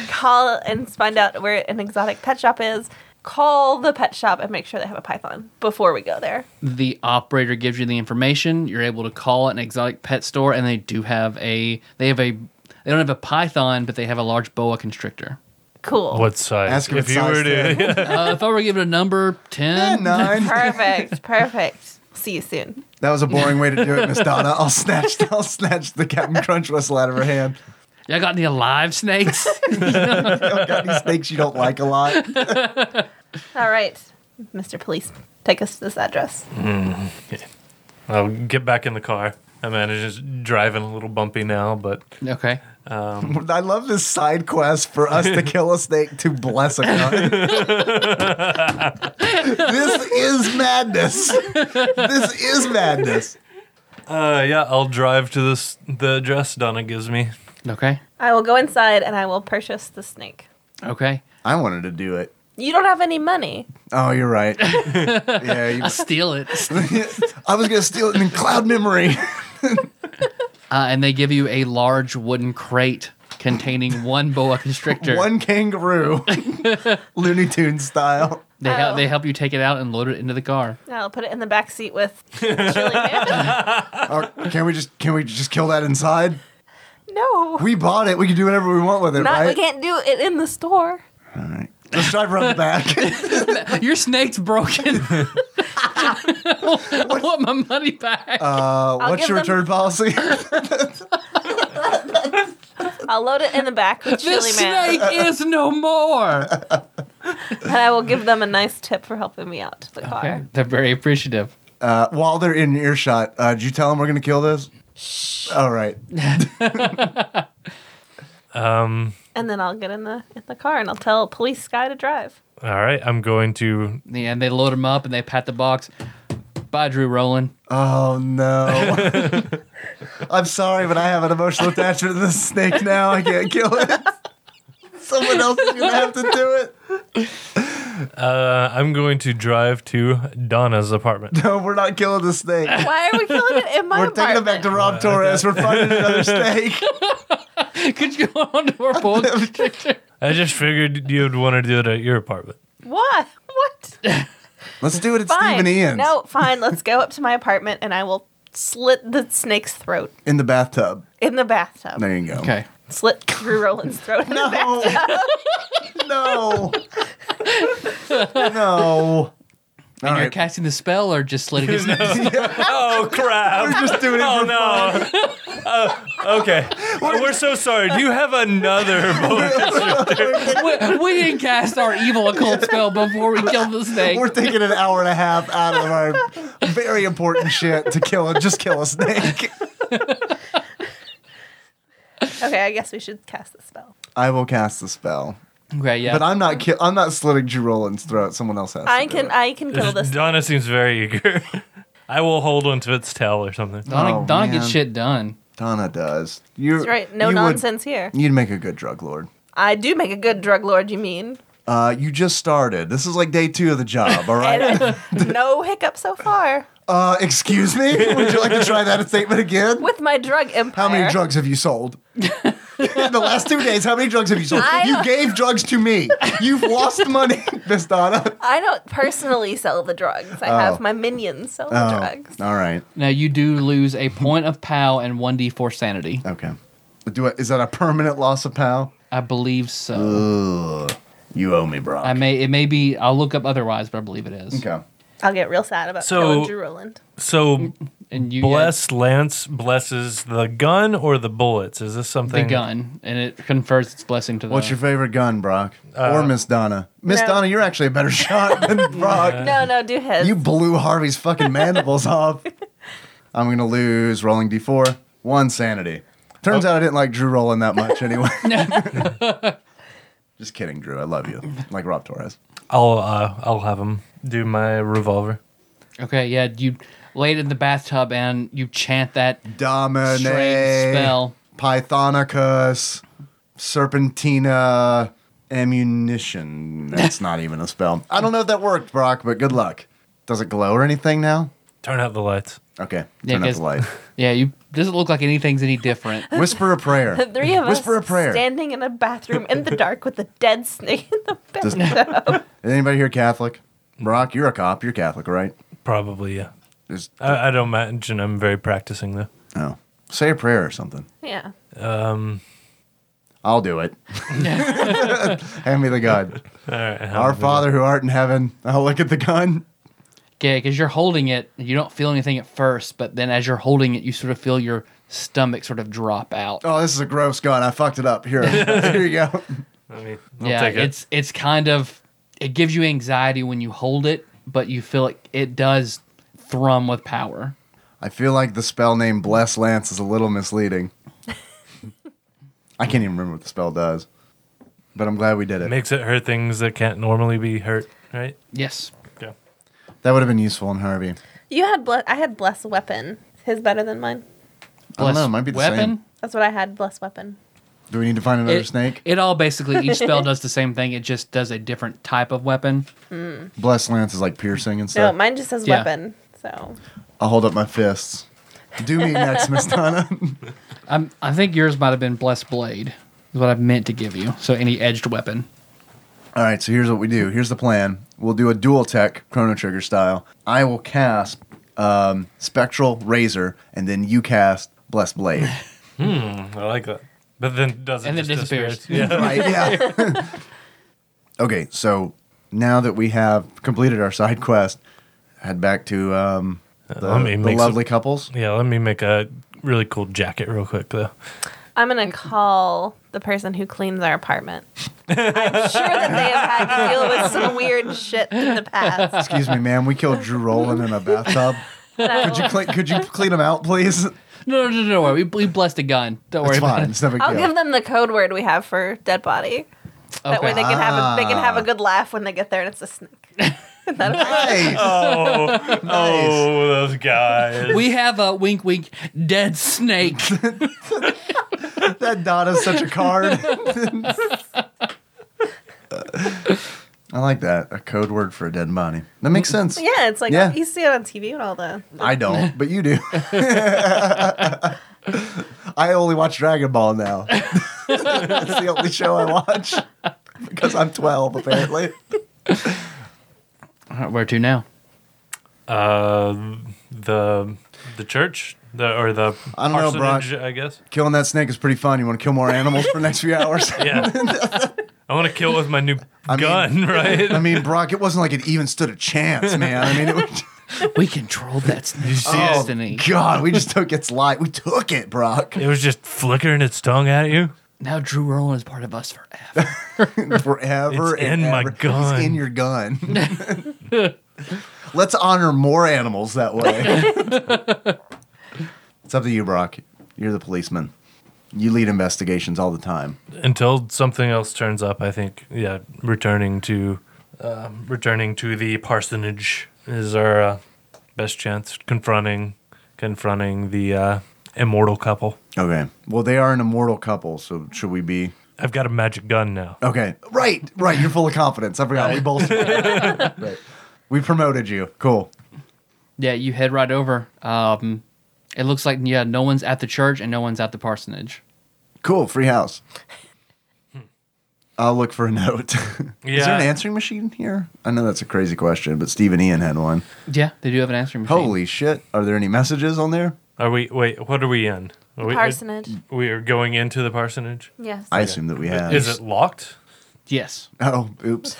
Call and find out where an exotic pet shop is. Call the pet shop and make sure they have a python before we go there.
The operator gives you the information. You're able to call an exotic pet store, and they do have a they have a they don't have a python, but they have a large boa
*laughs*
constrictor.
Cool.
What size?
Ask him
if
what
you
size
were *laughs* to,
they
Uh, if I were to give it a number, ten.
Nine.
Perfect. Perfect. See you soon.
That was a boring way to do it, Miss Donna. I'll snatch. I'll snatch the Captain Crunch whistle out of her hand.
Y'all got any alive
*laughs*
snakes?
Y'all got any snakes you don't like a lot?
All right, Mr. Police, take us to this address.
I'll get back in the car. I mean, it's just driving a little bumpy now, but
okay.
I love this side quest for us to kill a snake to bless a gun. this is madness. This is madness.
uh, yeah, I'll drive to this the address Donna gives me.
Okay.
I will go inside and I will purchase the snake.
Okay.
I wanted to do it.
You don't have any money.
Oh, you're right. yeah, you,
I steal it, uh,
I was gonna steal it in cloud memory.
Uh, and they give you a large wooden crate containing one boa constrictor.
One kangaroo, Looney Tunes style.
They
Oh.
help they help you take it out and load it into the car.
I'll put it in the back seat with chili man.
Or can we just can we just kill that inside?
no,
We bought it. We can do whatever we want with it,
not. We
right?
can't do it in the store.
All right. Let's drive around the back.
*laughs*
Your snake's broken. *laughs*
*laughs*
I want my money back.
Uh, what's
give
your
them-
return
*laughs*
policy?
I'll load it in the back with chili
this
man.
snake *laughs* is no more.
and I will give them a nice tip for helping me out to the car.
Okay, They're very appreciative.
Uh, while they're in earshot, uh, did you tell them we're gonna kill this? Shh. All right.
And then I'll get in the in the car and I'll tell police guy to drive.
All right, I'm going to.
Yeah, And they load them up and they pat the box. Bye, Drew Rowland. *laughs*
Oh
*laughs*
no. I'm sorry, but I have an emotional attachment to this snake now. I can't kill
*laughs*
it. Someone else is gonna have to do it.
Uh, I'm going to drive to Donna's
*laughs*
apartment.
No, we're not killing
*laughs*
the snake.
Why are we killing it in my
We're taking it back to
Uh,
Rob Torres. We're finding
*laughs*
another snake.
Could you go on to our
*laughs*
poll?
I just figured you'd want to do it at your apartment.
What? What?
Let's do it at
Fine.
Stephen Ian's
No, fine. Let's go up to my apartment and I will slit the snake's throat
in the bathtub.
in the bathtub.
There you go.
*laughs*
okay.
Slit Drew Rowland's throat. In the bath-
No. no. No.
And
All
you're
right. *laughs*
casting the spell or just slitting his
Oh crap!
We're just doing it
Oh
for
no. *laughs* Uh, okay. We're so sorry. Do you have *laughs* another bonus?
*laughs* we, we didn't cast our evil occult spell before we killed the snake.
We're taking an hour and a half out of our very important shit to kill it. Just kill a snake.
okay, I guess we should cast the spell.
*laughs* I will cast the spell,
Okay, yeah.
but I'm not. Ki- I'm not slitting Drew Roland's throat. Someone else has.
I
to do
can
it.
I can kill this.
Donna seems very eager. *laughs* I will hold onto its tail or something.
Donna,
Oh,
Donna gets
man.
shit done.
Donna does. You're
That's right. No
you would-
nonsense here.
you'd make a good drug lord.
I do make a good drug lord, you mean?
Uh, you just started. This is like day two of the job. All
*laughs*
right.
And no hiccup so far
uh, excuse me. *laughs* Would you like to try that statement again?
with my drug empire.
How many drugs have you sold? In the last two days, how many drugs have you sold?
I-
you gave drugs to me. You've lost money, *laughs* Miss Donna.
I don't personally sell the drugs.
Oh.
I have my minions sell the *laughs* drugs.
all right.
Now you do lose a point of POW and one d4 sanity.
Okay. Do I, is that a permanent loss of pow?
I believe so.
You owe me, bro.
I may it may be I'll look up otherwise, but I believe it is.
okay.
I'll get real sad about
So-
killing Drew Roland.
So,
And you
bless Lance blesses the gun or the bullets. Is
get
this
the
something?
gun, and it confers its blessing to the.
What's your favorite gun, Brock? or Miss Donna? Miss
No.
Donna, you're actually a better *laughs* shot than Brock.
No, no, do his.
You blew Harvey's
*laughs*
fucking mandibles off. I'm gonna lose rolling D4. One sanity.
Oh.
Turns out I didn't like Drew rolling that
*laughs*
much anyway. *laughs* Just kidding, Drew. I love you. Like Rob Torres.
I'll uh, I'll have him do my revolver.
okay? Yeah, you lay it in the bathtub and you chant that
Dominate.
strange spell.
Pythonicus. Serpentina. Ammunition. That's not even a spell. I don't know if that worked, Brock, but good luck. Does it glow or anything now?
Turn out the lights.
Okay.
Yeah,
Turn out
guess-
the light.
Yeah, you doesn't look like anything's any different.
Whisper a prayer.
the *laughs* three of us
Whisper a prayer.
standing in a bathroom in the dark with a dead snake in the
*laughs*
bathtub.
Is anybody here Catholic? Brock, you're a cop. You're Catholic, right?
Probably yeah.
Just
I, I don't imagine I'm very practicing though.
oh, say a prayer or something.
yeah.
I'll do it. Hand me the gun.
All right,
Our Father who art in heaven. I'll look at the gun.
Okay, because you're holding it, you don't feel anything at first, but then as you're holding it, you sort of feel your stomach sort of drop out.
Oh, this is a gross gun. I fucked it up. *laughs* Here, here you go.
I mean, I'll
yeah,
take it.
it's it's kind of it gives you anxiety when you hold it, but you feel like it does thrum with power.
I feel like the spell name Bless Lance is a little misleading. I can't even remember what the spell does, but I'm glad we did it.
makes it hurt things that can't normally be hurt. Right?
Yes.
Yeah.
That would have been useful in Harvey.
You had ble- I had bless weapon. His better than mine.
I don't know. It might be the
weapon.
same.
That's what I had. Bless weapon.
Do we need to find another
it,
snake?
It all basically each spell
*laughs*
does the same thing. It just does a different type of weapon.
Bless Lance is like piercing and
No,
stuff.
mine just says
Yeah.
weapon. So
I'll hold up my fists. Do me
*laughs*
next, Miss Donna.
I'm, I think yours might have been blessed blade. Is what I meant to give you. So any edged weapon.
All right, so here's what we do. Here's the plan. We'll do a dual tech, Chrono Trigger style. I will cast um, Spectral Razor, and then you cast Blessed
*laughs*
Blade.
I like that. But then doesn't
And then
just
disappears.
disappear.
*laughs*
Yeah.
right? Yeah. *laughs* okay, so now that we have completed our side quest, head back to um, the,
let me
the
make some-
lovely couples.
yeah. Let me make a really cool jacket real quick though.
I'm gonna call the person who cleans our apartment. I'm sure that they have had to deal with some weird shit in the
*laughs*
past.
Excuse me, ma'am. We killed Drew Roland in a bathtub. Could you clean, could you clean him out, please?
No, no, no, no. no, We, we blessed a gun. Don't worry
It's
about
fine. It's no big
I'll
deal.
give them the code word we have for dead body.
it.
That way
Okay.
they
Ah.
can have a, they can have a good laugh when they get there and it's a snake. *laughs*
Nice.
Oh, oh, those
*laughs*
guys.
We have a wink, wink, dead *laughs* snake.
that dot is such a card. *laughs* I like that. A code word for a dead body. That makes sense.
Yeah, it's like
Yeah.
you see it on TV and all the.
I don't, but you *laughs* do. I only watch Dragon Ball now. *laughs* That's the only show I watch because I'm 12, apparently.
All right, Where to now?
Uh, the the church, the or the
I don't know, Brock.
parsonage, I guess.
Killing that snake is pretty fun. You want to kill more animals for the next few hours? *laughs*
Yeah, I want to kill it with my new
I mean- *laughs*
gun, right?
I mean, Brock, it wasn't like it even stood a chance, man. I mean, it was. Oh,
We controlled that snake's
see it?
destiny.
God, we just took its light. We took it, Brock.
It was just flickering its tongue at you.
Now Drew Rowland is part of us forever.
Forever
It's
and
in my
ever.
gun.
He's in your gun. *laughs* Let's honor more animals that way. it's up to you, Brock. You're the policeman. You lead investigations all the time.
Until something else turns up, I think. Yeah, returning to um, returning to the parsonage is our uh, best chance. Confronting confronting the uh, immortal couple.
Okay. Well, they are an immortal couple, so should we be?
I've got a magic gun now.
Okay. Right. Right. You're full of confidence. I forgot. We both. *laughs* right. We promoted you. Cool.
*laughs* yeah, you head right over. Um, it looks like yeah, no one's at the church and no one's at the parsonage.
Cool. Free house. I'll look for a note. *laughs* Is there
Yeah.
an answering machine here? I know that's a crazy question, but Steve and Ian had one.
Yeah, they do have an answering machine.
Holy shit. Are there any messages on there?
Are we? Wait, what are we in? Are we,
parsonage.
We are going into the parsonage.
Yes.
I assume that we have.
Is it locked?
Yes,
Oh, oops.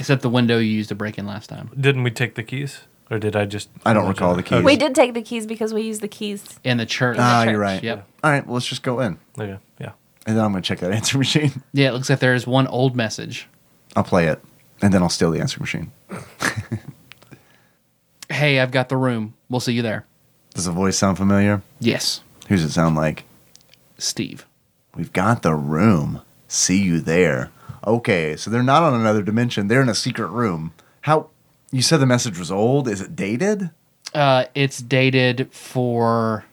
except the window you used to break in last time
Didn't we take the keys? Or did I just?
I don't recall the keys.
we did take the keys because we used the keys.
in the church.
Ah, you're
church.
right.
Yep.
All right. Well, let's just go in.
Okay. Yeah.
And then I'm going to check that *laughs* answering machine.
yeah, it looks like there is one old message.
I'll play it. And then I'll steal the answering machine.
Hey, I've got the room. We'll see you there.
Does the voice sound familiar?
Yes,
Who's it sound like?
Steve.
We've got the room. See you there. Okay, so they're not on another dimension. They're in a secret room. How? You said the message was old. Is it dated?
Uh, it's dated for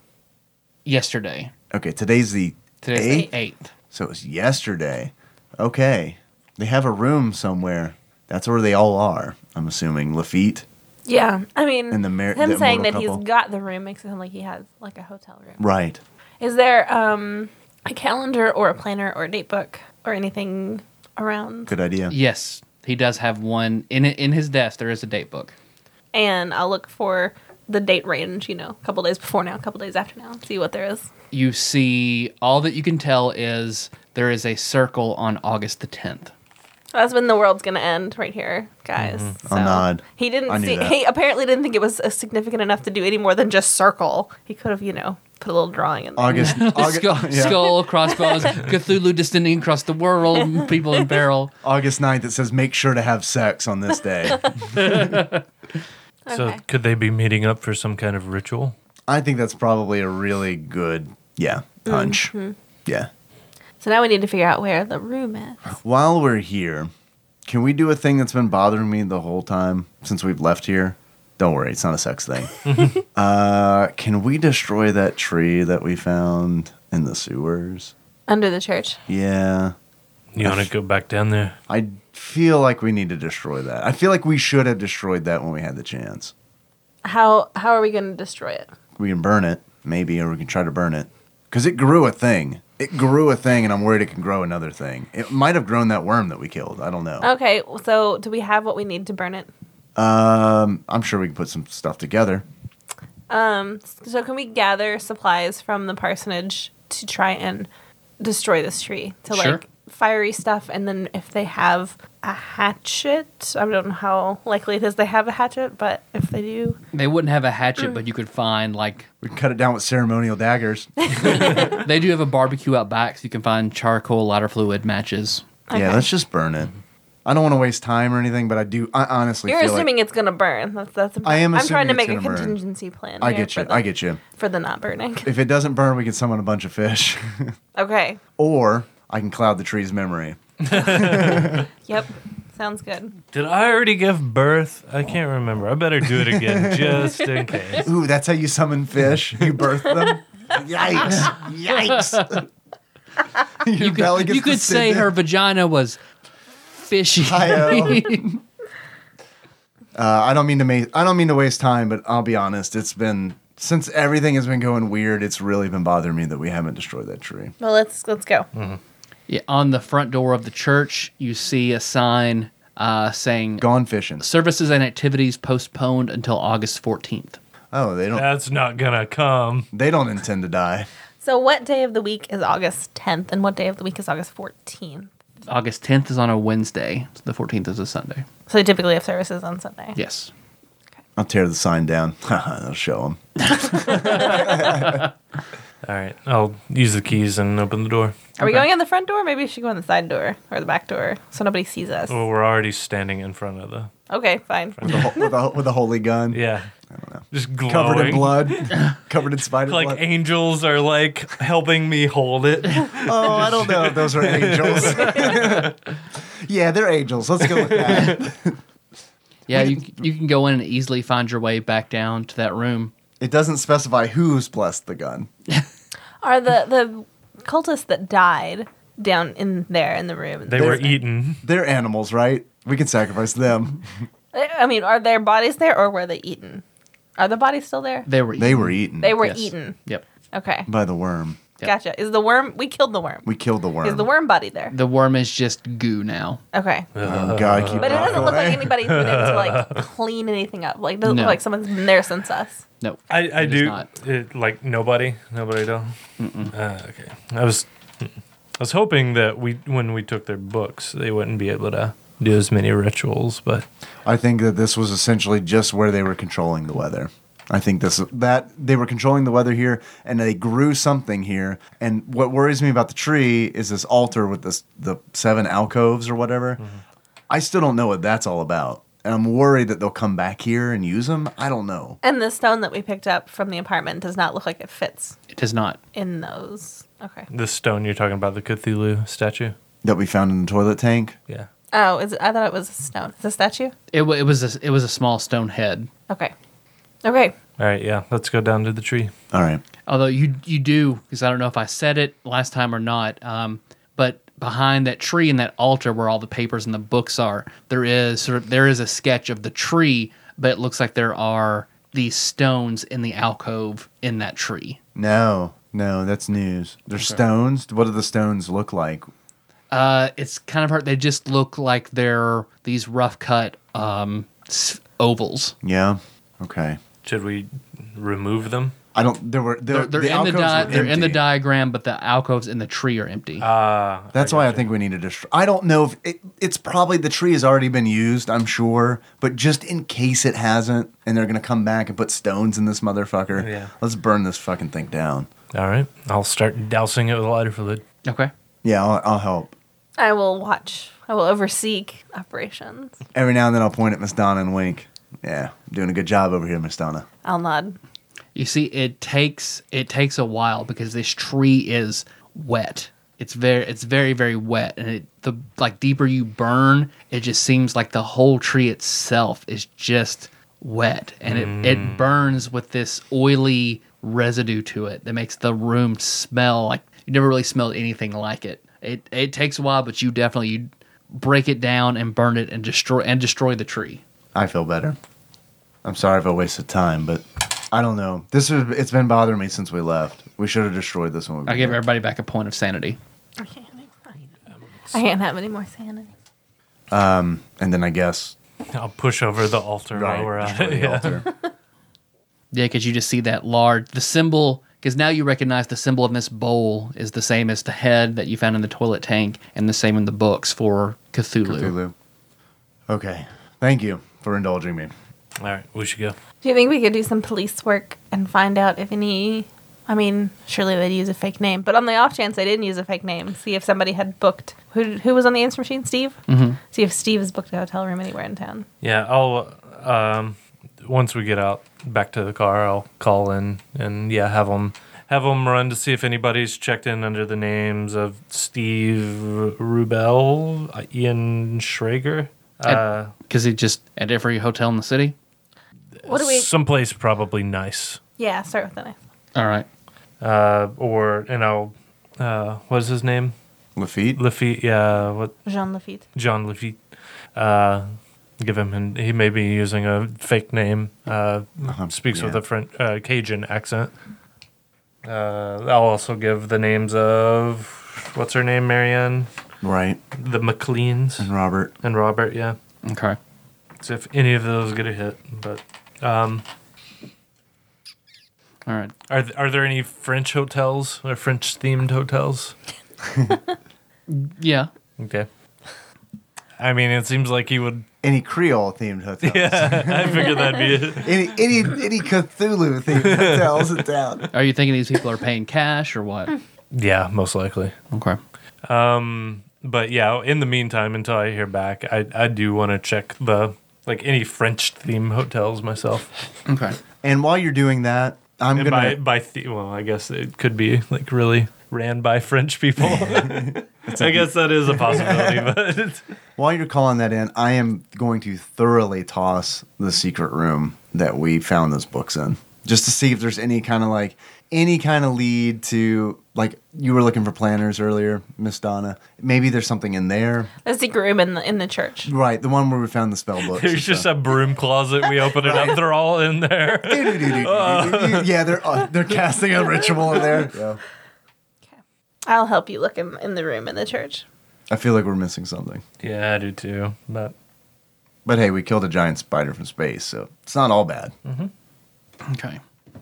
yesterday.
Okay, today's the
Today's
eighth.
the eighth.
So it was yesterday. Okay, they have a room somewhere. That's where they all are. I'm assuming Lafitte.
Yeah, I mean,
And the mar-
him
the
saying that
immortal couple.
he's got the room makes it sound like he has like a hotel room.
Right.
Is there um a calendar or a planner or a date book or anything around?
Good idea.
Yes, he does have one in in his desk. There is a date book.
And I'll look for the date range. You know, a couple days before now, a couple days after now. See what there is.
You see, all that you can tell is there is a circle on August the tenth.
That's when the world's gonna end, right here, guys.
I'll nod.
He
I
didn't
knew
see.
that.
He apparently didn't think it was uh, significant enough to do any more than just circle. He could have, you know, put a little drawing in there.
*laughs*
August. August,
Skull,
yeah.
skull, crossbones, Cthulhu descending across the world, people in peril.
August 9th. It says make sure to have sex on this day.
*laughs*
So
Okay.
could they be meeting up for some kind of ritual?
I think that's probably a really good yeah hunch. Yeah.
So now we need to figure out where the room is.
While we're here, can we do a thing that's been bothering me the whole time since we've left here? Don't worry, it's not a sex thing. uh, can we destroy that tree that we found in the sewers?
Under the church.
Yeah.
You want to go back down there?
I feel like we need to destroy that. I feel like we should have destroyed that when we had the chance.
How how are we going to destroy it?
We can burn it, maybe, or we can try to burn it. Because it grew a thing. It grew a thing, and I'm worried it can grow another thing. It might have grown that worm that we killed. I don't know.
Okay, so do we have what we need to burn it?
Um, I'm sure we can put some stuff together.
So can we gather supplies from the parsonage to try and destroy this tree? To
Sure.
like fiery stuff and then if they have a hatchet, I don't know how likely it is they have a hatchet, but if they do,
They wouldn't have a hatchet, but you could find like
We can cut it down with
*laughs*
ceremonial daggers.
they do have a barbecue out back, so you can find charcoal, lighter fluid, matches.
Okay.
Yeah, let's just burn it. I don't want to waste time or anything, but I do. I honestly
you're
feel
assuming
like
it's going to burn. That's that's the
I am
I'm trying to
assuming
make
it's
a
gonna burn.
contingency plan.
I
here
get you.
for the-
I get you.
for the not burning. *laughs*
If it doesn't burn, we can summon a bunch of fish, *laughs*
okay.
or I can cloud the tree's memory.
Yep. Sounds good.
Did I already give birth? I can't remember. I better do it
*laughs*
again just in case.
Ooh, that's how you summon *laughs* fish. You birth them. Yikes! *laughs* Yikes! *laughs* Your
You
belly
could,
gets
you
to
could
sit
say
there.
her vagina was
*laughs*
fishy.
Hi-yo. Uh, I don't mean to make. I don't mean to waste time, but I'll be honest. It's been since everything has been going weird. It's really been bothering me that we haven't destroyed that tree.
Well, let's let's go.
*laughs*
Hmm.
yeah, on the front door of the church, you see a sign uh, saying
Gone fishing.
services and activities postponed until August 14th.
Oh, they don't.
That's not gonna come.
They don't intend to die.
So, what day of the week is August 10th, and what day of the week is August 14th?
August 10th is on a Wednesday. So the 14th is a Sunday.
So, they typically have services on Sunday.
Yes.
I'll tear the sign down. *laughs* I'll show them.
All right, I'll use the keys and open the door.
Are we
Okay.
going in the front door? Maybe we should go in the side door or the back door so nobody sees us.
Oh.
Well, Oh, we're already standing in front of the.
Okay, fine.
With a, ho- with, a, with a holy gun.
Yeah. I don't know. Just glowing.
Covered in
*laughs*
blood. covered in spider
Like
blood.
angels are like helping me hold it.
Oh, I don't know if those
*laughs*
are angels. *laughs* yeah, they're angels. Let's go with
*laughs*
that.
Yeah, you, you can go in and easily find your way back down to that room.
It doesn't specify who's blessed the gun.
Are the, the cultists that died down in there in the room?
They were eaten.
They're animals, right? We can sacrifice them.
I mean, are their bodies there or were they eaten? Are the bodies still there?
They were
They were eaten
They were
Yes.
eaten.
Yep.
Okay.
by the worm.
Yep.
Gotcha. Is the worm? We killed the worm.
We killed the worm.
Is the worm body there?
The worm is just goo now.
Okay.
Oh, God, keep
But it doesn't look like
away.
anybody's been able to like clean anything up. Like doesn't
No.
look like someone's been there since us.
No.
I, I
It is
do.
not.
It, like nobody, nobody at all. Uh, okay. I was, I was hoping that we when we took their books, they wouldn't be able to do as many rituals. But
I think that this was essentially just where they were controlling the weather. I think this that they were controlling the weather here, and they grew something here. And what worries me about the tree is this altar with this the seven alcoves or whatever.
Mm-hmm.
I still don't know what that's all about, and I'm worried that they'll come back here and use them. I don't know.
And the stone that we picked up from the apartment does not look like it fits
It does not.
in those. Okay.
the stone you're talking about, the Cthulhu statue.
That we found in the toilet tank.
Yeah.
Oh, is it, I thought it was a stone. It's a statue.
It, wa- it was a, it was a small stone head.
Okay. Okay.
All right. Yeah. Let's go down to the tree.
All right,
Although you you do because I don't know if I said it last time or not. Um, but behind that tree and that altar where all the papers and the books are, there is sort of there is a sketch of the tree, but it looks like there are these stones in the alcove in that tree.
no, no, that's news. They're stones. What do the stones look like?
Uh, it's kind of hard. They just look like they're these rough cut um, s- ovals.
Yeah. Okay.
Should we remove them?
I don't. There were. There,
They're, they're in the
alcoves
di-
were
they're in the
empty.
diagram, but the alcoves in the tree are empty.
Uh,
That's why I think we need to destroy. I don't know if it, it's probably the tree has already been used. I'm sure, but just in case it hasn't, and they're gonna come back and put stones in this motherfucker.
Oh, Yeah.
Let's burn this fucking thing down.
All right. I'll start dousing it with lighter fluid.
okay.
Yeah, I'll, I'll help.
I will watch. I will oversee operations.
Every now and then, I'll point at Miss Donna and wink. Yeah, doing a good job over here, Miss Donna.
I'll nod.
You see, it takes it takes a while because this tree is wet. It's very it's very very wet, and it, the like deeper you burn, it just seems like the whole tree itself is just wet, and it it burns with this oily residue to it that makes the room smell like you never really smelled anything like it. It it takes a while, but you definitely you break it down and burn it and destroy and destroy the tree.
I feel better. I'm sorry if I wasted time, but I don't know. This is it's been bothering me since we left. We should have destroyed this one.
I give everybody back a point of sanity.
I can't have any- I can't have any more sanity.
and then I guess
I'll push over the altar while *laughs* we're at
destroy
it.
the
Yeah.
altar.
Yeah, because you just see that large the symbol. Because now you recognize the symbol of Miss Bowl is the same as the head that you found in the toilet tank, and the same in the books for Cthulhu.
Cthulhu. Okay. Thank you for indulging me.
All right. We should go.
Do you think we could do some police work and find out if any? I mean, surely they'd use a fake name, but on the off chance they didn't use a fake name, see if somebody had booked who who was on the answer machine, Steve. Mm-hmm. See if Steve has booked a hotel room anywhere in town.
Yeah, I'll um once we get out back to the car, I'll call in and yeah, have them have them run to see if anybody's checked in under the names of Steve Rubel, uh, Ian Schrager, Uh,
Because he just at every hotel in the city.
What do we?
Someplace probably nice.
Yeah, start with the knife.
All right.
Uh, or, you know, uh, what is his name?
Lafitte.
Lafitte. Yeah, what?
Jean Lafitte.
John Lafitte. Uh, give him, and he may be using a fake name. Uh, speaks with
Uh-huh. yeah.
a French uh, Cajun accent. Uh, I'll also give the names of what's her name, Marianne,
right.
the McLeans,
And Robert.
and Robert. Yeah,
Okay.
so if any of those get a hit, but um,
All right.
are th- are there any French hotels or French themed hotels?
Yeah.
Okay. I mean, it seems like he would.
Any Creole themed hotels.
I figured that'd be it.
Any any any Cthulhu
*laughs*
themed hotels in town.
Are you thinking these people are paying cash or what?
Yeah, most likely.
Okay.
Um, but yeah, in the meantime, until I hear back, I I do want to check the like any French theme hotels myself.
Okay.
And while you're doing that, I'm
And by
gonna.
by the, well, I guess it could be like really ran by French
*laughs*
people. I guess that is a possibility, but
While you're calling that in, I am going to thoroughly toss the secret room that we found those books in, just to see if there's any kind of like any kind of lead to like you were looking for planners earlier, Miss Donna. Maybe there's something in there,
A secret room in the in the church.
right? The one where we found the
*laughs*
spell books.
there's just a broom closet. We open it up; they're all in there.
*laughs* yeah, they're uh, they're casting a ritual in there. Yeah.
I'll help you look in, in the room in the church.
I feel like we're missing something.
Yeah, I do too. But
But hey, we killed a giant spider from space, so it's not all bad.
Okay.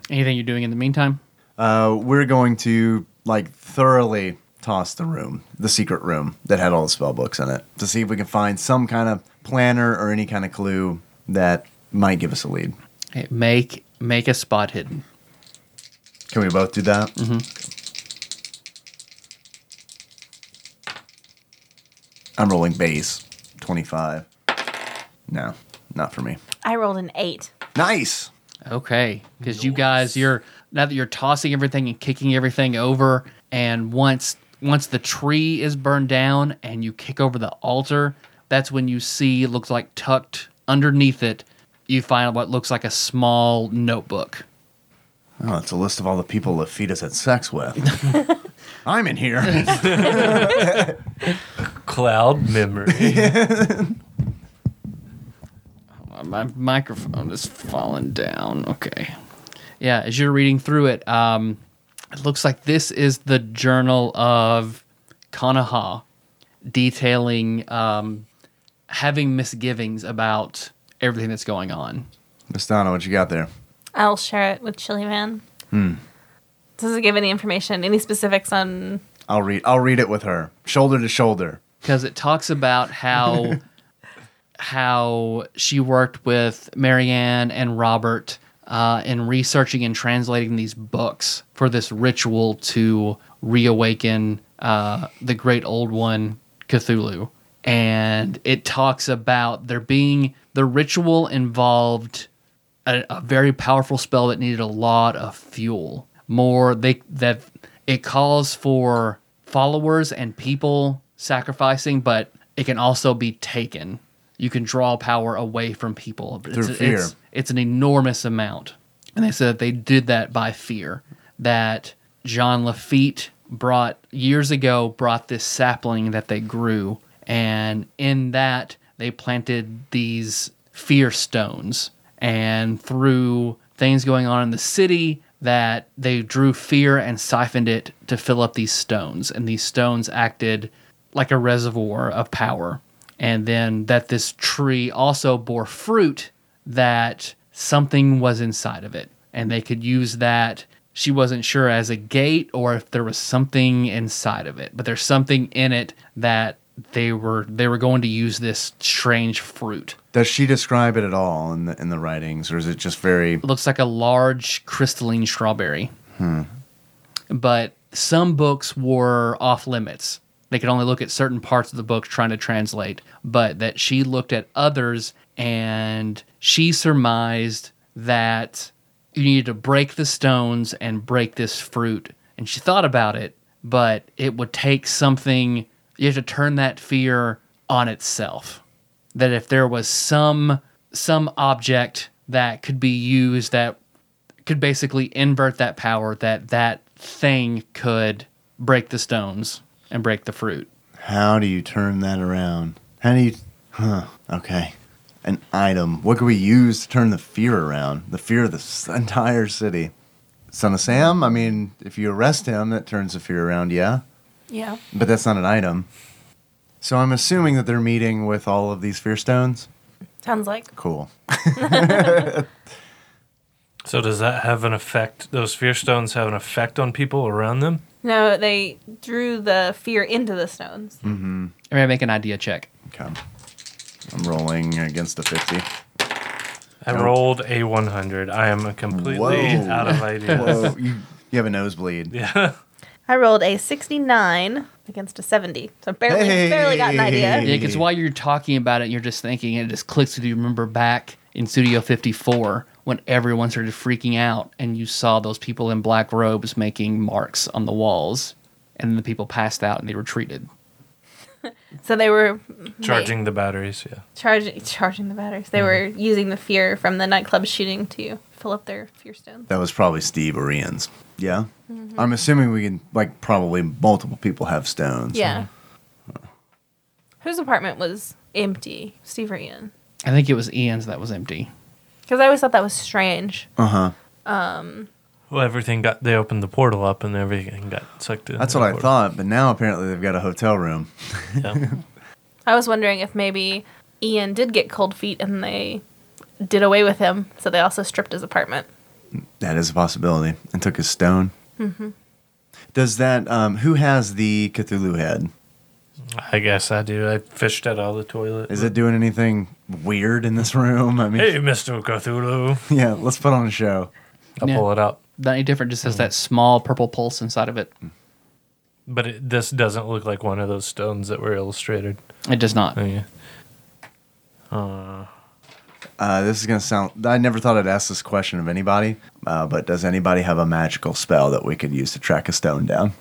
Anything you're doing in the meantime?
Uh, we're going to like thoroughly toss the room, the secret room that had all the spell books in it, to see if we can find some kind of planner or any kind of clue that might give us a lead.
Hey, make make a spot hidden.
Can we both do that? I'm rolling base, 25. No, not for me.
I rolled an eight.
Nice.
Okay, because you guys, you're now that you're tossing everything and kicking everything over, and once once the tree is burned down and you kick over the altar, that's when you see it looks like tucked underneath it. You find what looks like a small notebook.
Oh, it's a list of all the people Lafitte has had sex with. I'm in here. *laughs*
cloud memory.
My microphone is falling down. Okay, yeah. As you're reading through it, um, it looks like this is the journal of Kanaha, detailing um, having misgivings about everything that's going on.
Miss Donna, what you got there?
I'll share it with Chili Man. Does it give any information, any specifics on?
I'll read. I'll read it with her, shoulder to shoulder.
because it talks about how how she worked with Marianne and Robert uh, in researching and translating these books for this ritual to reawaken uh, the great old one Cthulhu, and it talks about there being the ritual involved a, a very powerful spell that needed a lot of fuel. More they that it calls for followers and people sacrificing, but it can also be taken. You can draw power away from people But it's,
Through fear.
It's, it's an enormous amount, and they said that they did that by fear. That John Lafitte brought years ago brought this sapling that they grew, and in that they planted these fear stones and through things going on in the city that they drew fear and siphoned it to fill up these stones and these stones acted like a reservoir of power and then that this tree also bore fruit that something was inside of it and they could use that she wasn't sure as a gate or if there was something inside of it but there's something in it that they were they were going to use this strange fruit
Does she describe it at all in the in the writings, or is it just very?
looks like a large crystalline strawberry. But some books were off limits. They could only look at certain parts of the book trying to translate, but that she looked at others and she surmised that you needed to break the stones and break this fruit. And she thought about it, but it would take something, you have to turn that fear on itself that if there was some some object that could be used that could basically invert that power that that thing could break the stones and break the fruit.
How do you turn that around? How do you? Huh. Okay. An item. What could we use to turn the fear around? The fear of the s- entire city. Son of Sam. I mean, if you arrest him, that turns the fear around. Yeah.
Yeah.
But that's not an item. So I'm assuming that they're meeting with all of these fear stones.
Sounds like
Cool.
So does that have an effect? Those fear stones have an effect on people around them.
no. They drew the fear into the stones.
Everybody make an idea check.
Okay. I'm rolling against a 50.
I
Nope.
rolled a 100. I am completely
Whoa.
out of ideas.
Whoa, *laughs* you, you have a nosebleed.
yeah.
I rolled a sixty-nine against a seventy, so barely
Hey.
barely got an idea.
Yeah, because
Yeah.
while you're talking about it, you're just thinking, and it just clicks with you. Remember back in Studio 54 when everyone started freaking out, and you saw those people in black robes making marks on the walls, and the people passed out and they retreated.
So they were
Charging Hmm. the batteries. Yeah.
charging charging the batteries. They were using the fear from the nightclub shooting to fill up their fear stones.
That was probably Steve or Ian's. Yeah. I'm assuming we can, like, probably multiple people have stones.
Yeah. Whose apartment was empty? Steve or Ian?
I think it was Ian's that was empty.
Because I always thought that was strange.
Uh huh.
Well, everything got. They opened the portal up, and everything got sucked in.
That's
the
what I
portal.
thought, but now apparently they've got a hotel room.
Yeah.
I was wondering if maybe Ian did get cold feet and they did away with him, so they also stripped his apartment.
That is a possibility. And took his stone. Mm-hmm. Does that, um, who has the Cthulhu head?
I guess I do. I fished it out of the toilet.
Is it doing anything weird in this room? I mean,
Hey, Mister Cthulhu.
*laughs* yeah, let's put on a show.
I'll
Yeah.
pull it out.
Not any different, just has that small purple pulse inside of it.
But it, this doesn't look like one of those stones that were illustrated.
It does not.
Oh, yeah.
Uh, this is going to sound, I never thought I'd ask this question of anybody, uh, but does anybody have a magical spell that we could use to track a stone down?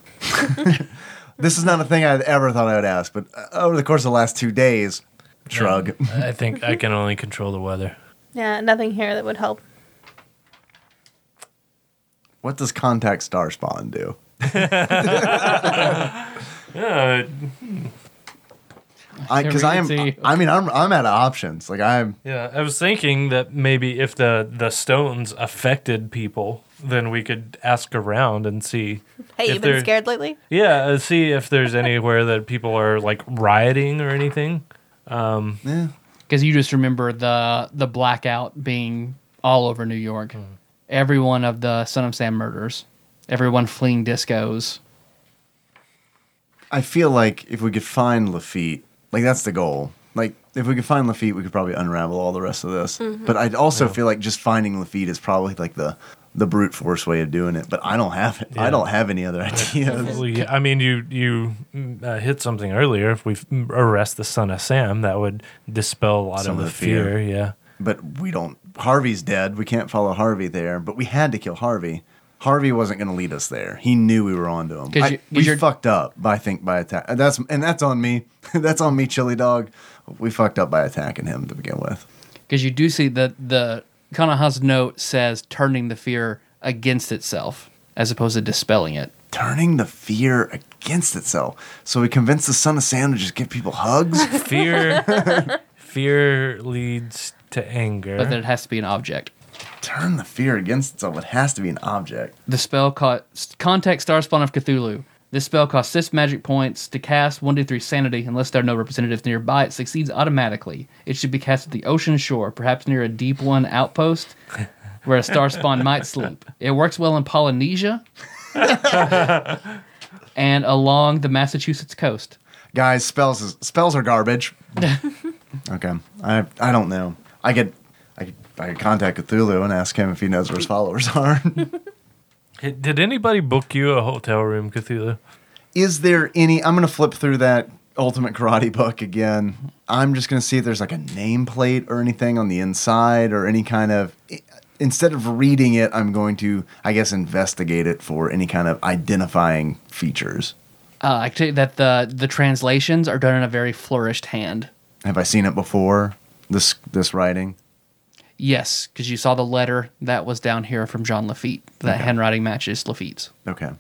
this is not a thing I ever thought I would ask, but uh, over the course of the last two days, shrug.
I think I can only control the weather.
Yeah, nothing here that would help.
What does contact star spawn do?
Yeah,
Because I, am,
Everything.
I mean, I'm, I'm out of options. Like I'm,
Yeah, I was thinking that maybe if the the stones affected people, then we could ask around and see.
Hey,
if
you been
there-
scared lately?
Yeah, uh, see if there's anywhere that people are like rioting or anything.
eh,
because you just remember the the blackout being all over New York. Every one of the Son of Sam murders, everyone fleeing discos.
I feel like if we could find Lafitte, like that's the goal. Like if we could find Lafitte, we could probably unravel all the rest of this. But I also feel like just finding Lafitte is probably like the the brute force way of doing it. But I don't have it. I
Yeah.
don't have any other ideas.
Well, yeah, I mean, you you mm, uh, hit something earlier. If we f- arrest the son of Sam, that would dispel a lot
Some
of the,
of the
fear.
fear.
Yeah,
but we don't. Harvey's dead. We can't follow Harvey there. But we had to kill Harvey. Harvey wasn't going to lead us there. He knew we were onto him.
'Cause
I-
you- 'cause
we
you're-
fucked up, by, I think, by attack. That's and that's on me. *laughs* that's on me, Chili Dog. We fucked up by attacking him to begin with.
Because you do see that the Kanaha's note says turning the fear against itself as opposed to dispelling it.
turning the fear against itself. So we convinced the son of Sam to just give
*laughs*
people hugs.
fear *laughs* fear leads to anger.
But then it has to be an object.
Turn the fear against itself. It has to be an object.
The spell cost contact star spawn of Cthulhu. This spell costs six magic points to cast one d three sanity unless there are no representatives nearby. It succeeds automatically. It should be cast at the ocean shore, perhaps near a deep one outpost where a star spawn might sleep. It works well in Polynesia and along the Massachusetts coast.
Guys, spells is, spells are garbage. okay, I I don't know. I could I could, I could contact Cthulhu and ask him if he knows where his followers *laughs* are.
H- Did anybody book you a hotel room, Cthulhu?
is there any? I'm gonna flip through that Ultimate Karate book again. I'm just gonna see if there's like a nameplate or anything on the inside or any kind of. Instead of reading it, I'm going to, I guess, investigate it for any kind of identifying features.
Uh, I can tell you that the the translations are done in a very flourished hand.
Have I seen it before? This this writing.
Yes, because you saw the letter that was down here from John Lafitte. That handwriting matches Lafitte's.
Okay.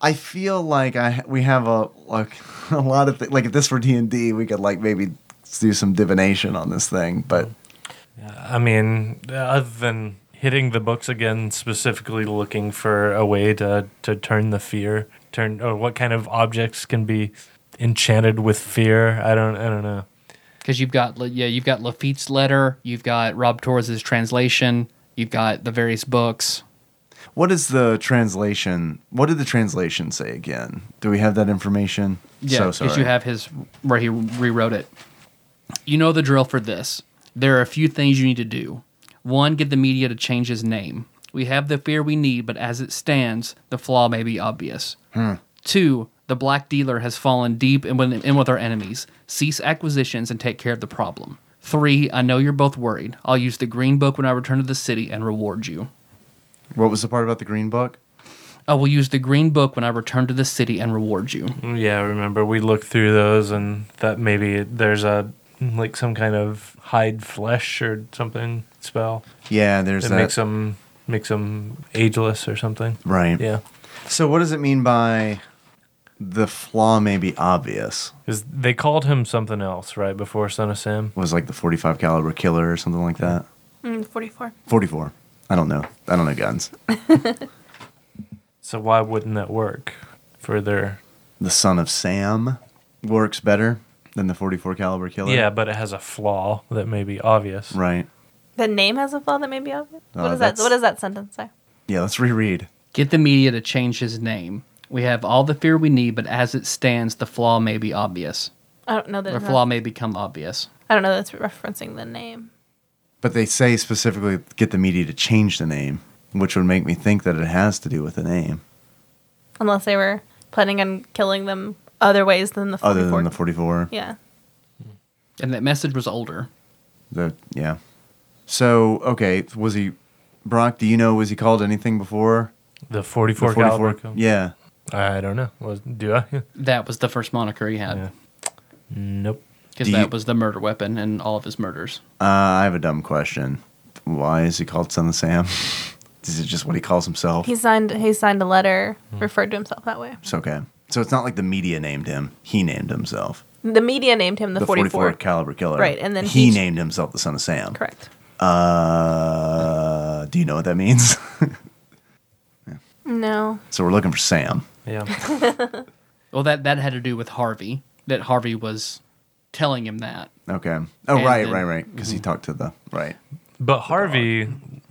I feel like I we have a like *laughs* a lot of th- like if this were D and D, we could like maybe do some divination on this thing, but
I mean, other than hitting the books again, specifically looking for a way to to turn the fear, turn or what kind of objects can be enchanted with fear. I don't, I don't know.
Because you've got yeah, you've got Lafitte's letter. You've got Rob Torres's translation. You've got the various books.
what is the translation? What did the translation say again? Do we have that information?
Yeah,
so
because you have his where he rewrote it. You know the drill for this. There are a few things you need to do. One, get the media to change his name. We have the fear we need, but as it stands, the flaw may be obvious. Two, the black dealer has fallen deep in with, in with our enemies. Cease acquisitions and take care of the problem. Three, I know you're both worried. I'll use the green book when I return to the city and reward you.
What was the part about the green book?
I will use the green book when I return to the city and reward you.
Yeah, remember we looked through those and that maybe there's a like some kind of hide flesh or something spell
Yeah, there's
that,
that.
makes them makes them ageless or something.
right.
Yeah,
So what does it mean by the flaw may be obvious?
'Cause they called him something else right before Son of Sam.
Was like the 45 caliber killer or something like that.
Mm, 44.
44. I don't know. I don't know guns.
So why wouldn't that work for their?
the son of Sam works better than the 44 caliber killer.
Yeah, but it has a flaw that may be obvious.
Right.
The name has a flaw that may be obvious.
Uh,
what is that?
that's-
What does that sentence say?
Yeah, let's reread.
Get the media to change his name. We have all the fear we need, but as it stands, the flaw may be obvious.
I don't know that.
The
it has-
flaw may become obvious.
I don't know that's referencing the name.
But they say specifically get the media to change the name, which would make me think that it has to do with the name
Unless they were planning on killing them other ways than the 44.
other than the 44.
yeah.
And that message was older.
The yeah. So, okay, was he Brock, do you know was he called anything before?
The
The
44, caliber. gun?
Yeah.
I don't know. Was, do I? *laughs*
That was the first moniker he
Yeah.
had
nope.
because
Do
that
you-
was the murder weapon in all of his murders.
Uh, I have a dumb question. Why is he called Son of Sam? *laughs* is it just what he calls himself?
He signed he signed a letter
Hmm.
referred to himself that way.
it's okay. So it's not like the media named him. He named himself.
The media named him the, 44.
caliber killer.
Right, and then
he,
he-
named himself the son of Sam.
Correct.
Uh, do you know what that means? *laughs*
No.
so we're looking for Sam.
Yeah.
Well, that, that had to do with Harvey, that Harvey was telling him that.
Okay. Oh,
And
right,
then- Mm-hmm.
right, right. Because he talked to the right.
but Harvey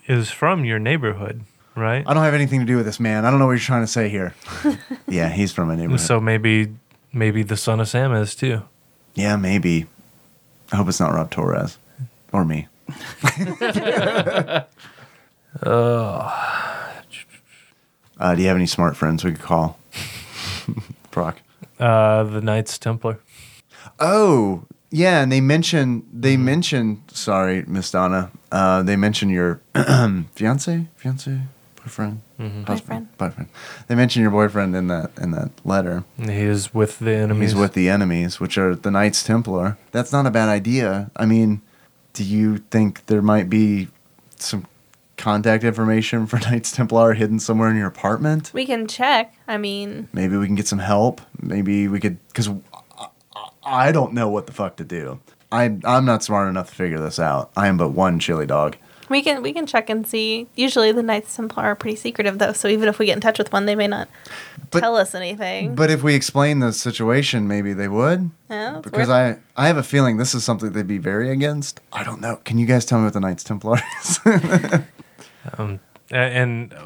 is from your neighborhood, right?
I don't have anything to do with this man. I don't know what you're trying to say here.
*laughs*
yeah, he's from my neighborhood.
So maybe maybe the son of Sam is too.
yeah, maybe. I hope it's not Rob Torres
*laughs*
or me. uh, do you have any smart friends we
*laughs*
could call? Brock.
Uh, the Knights Templar.
Oh, yeah, and they mention they mention sorry, Miss Donna. Uh, they mention your *clears throat* fiance, fiance, boyfriend, husband,
Boyfriend.
boyfriend. They mention your boyfriend in that in that letter.
He is with the enemies.
He's with the enemies, which are the Knights Templar. That's not a bad idea. I mean, do you think there might be some contact information for *laughs* Knights Templar hidden somewhere in your apartment?
We can check. I mean,
Maybe we can get some help. Maybe we could, because I don't know what the fuck to do. I, I'm not smart enough to figure this out. I am but one chili dog.
we can we can check and see. Usually the Knights Templar are pretty secretive though, so even if we get in touch with one, they may not
But-
tell us anything.
But if we explain the situation, maybe they would.
Yeah, it's
Because
worth-
I, I have a feeling this is something they'd be very against. I don't know. Can you guys tell me what the Knights Templar is?
A- and uh,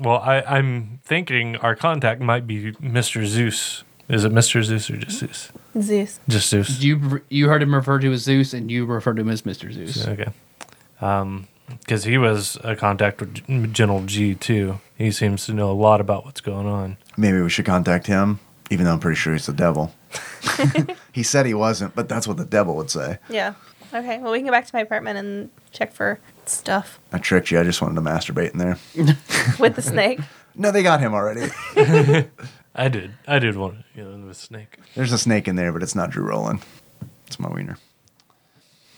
well, I, I'm thinking our contact might be Mr. Zeus. Is it Mr. Zeus or just Zeus?
Zeus.
Just Zeus.
You you heard him referred to as Zeus, and you referred to him as Mr. Zeus.
Okay. Because he was a contact with G- General G, too. He seems to know a lot about what's going on.
*laughs* maybe we should contact him, even though I'm pretty sure he's the devil. he said he wasn't, but that's what the devil would say.
Yeah. Okay. Well, we can go back to my apartment and check for stuff
I tricked you. I just wanted to masturbate in there.
with the snake.
No, they got him already.
I did. I did want to, you know, the snake.
There's a snake in there, but it's not Drew Roland. It's my wiener.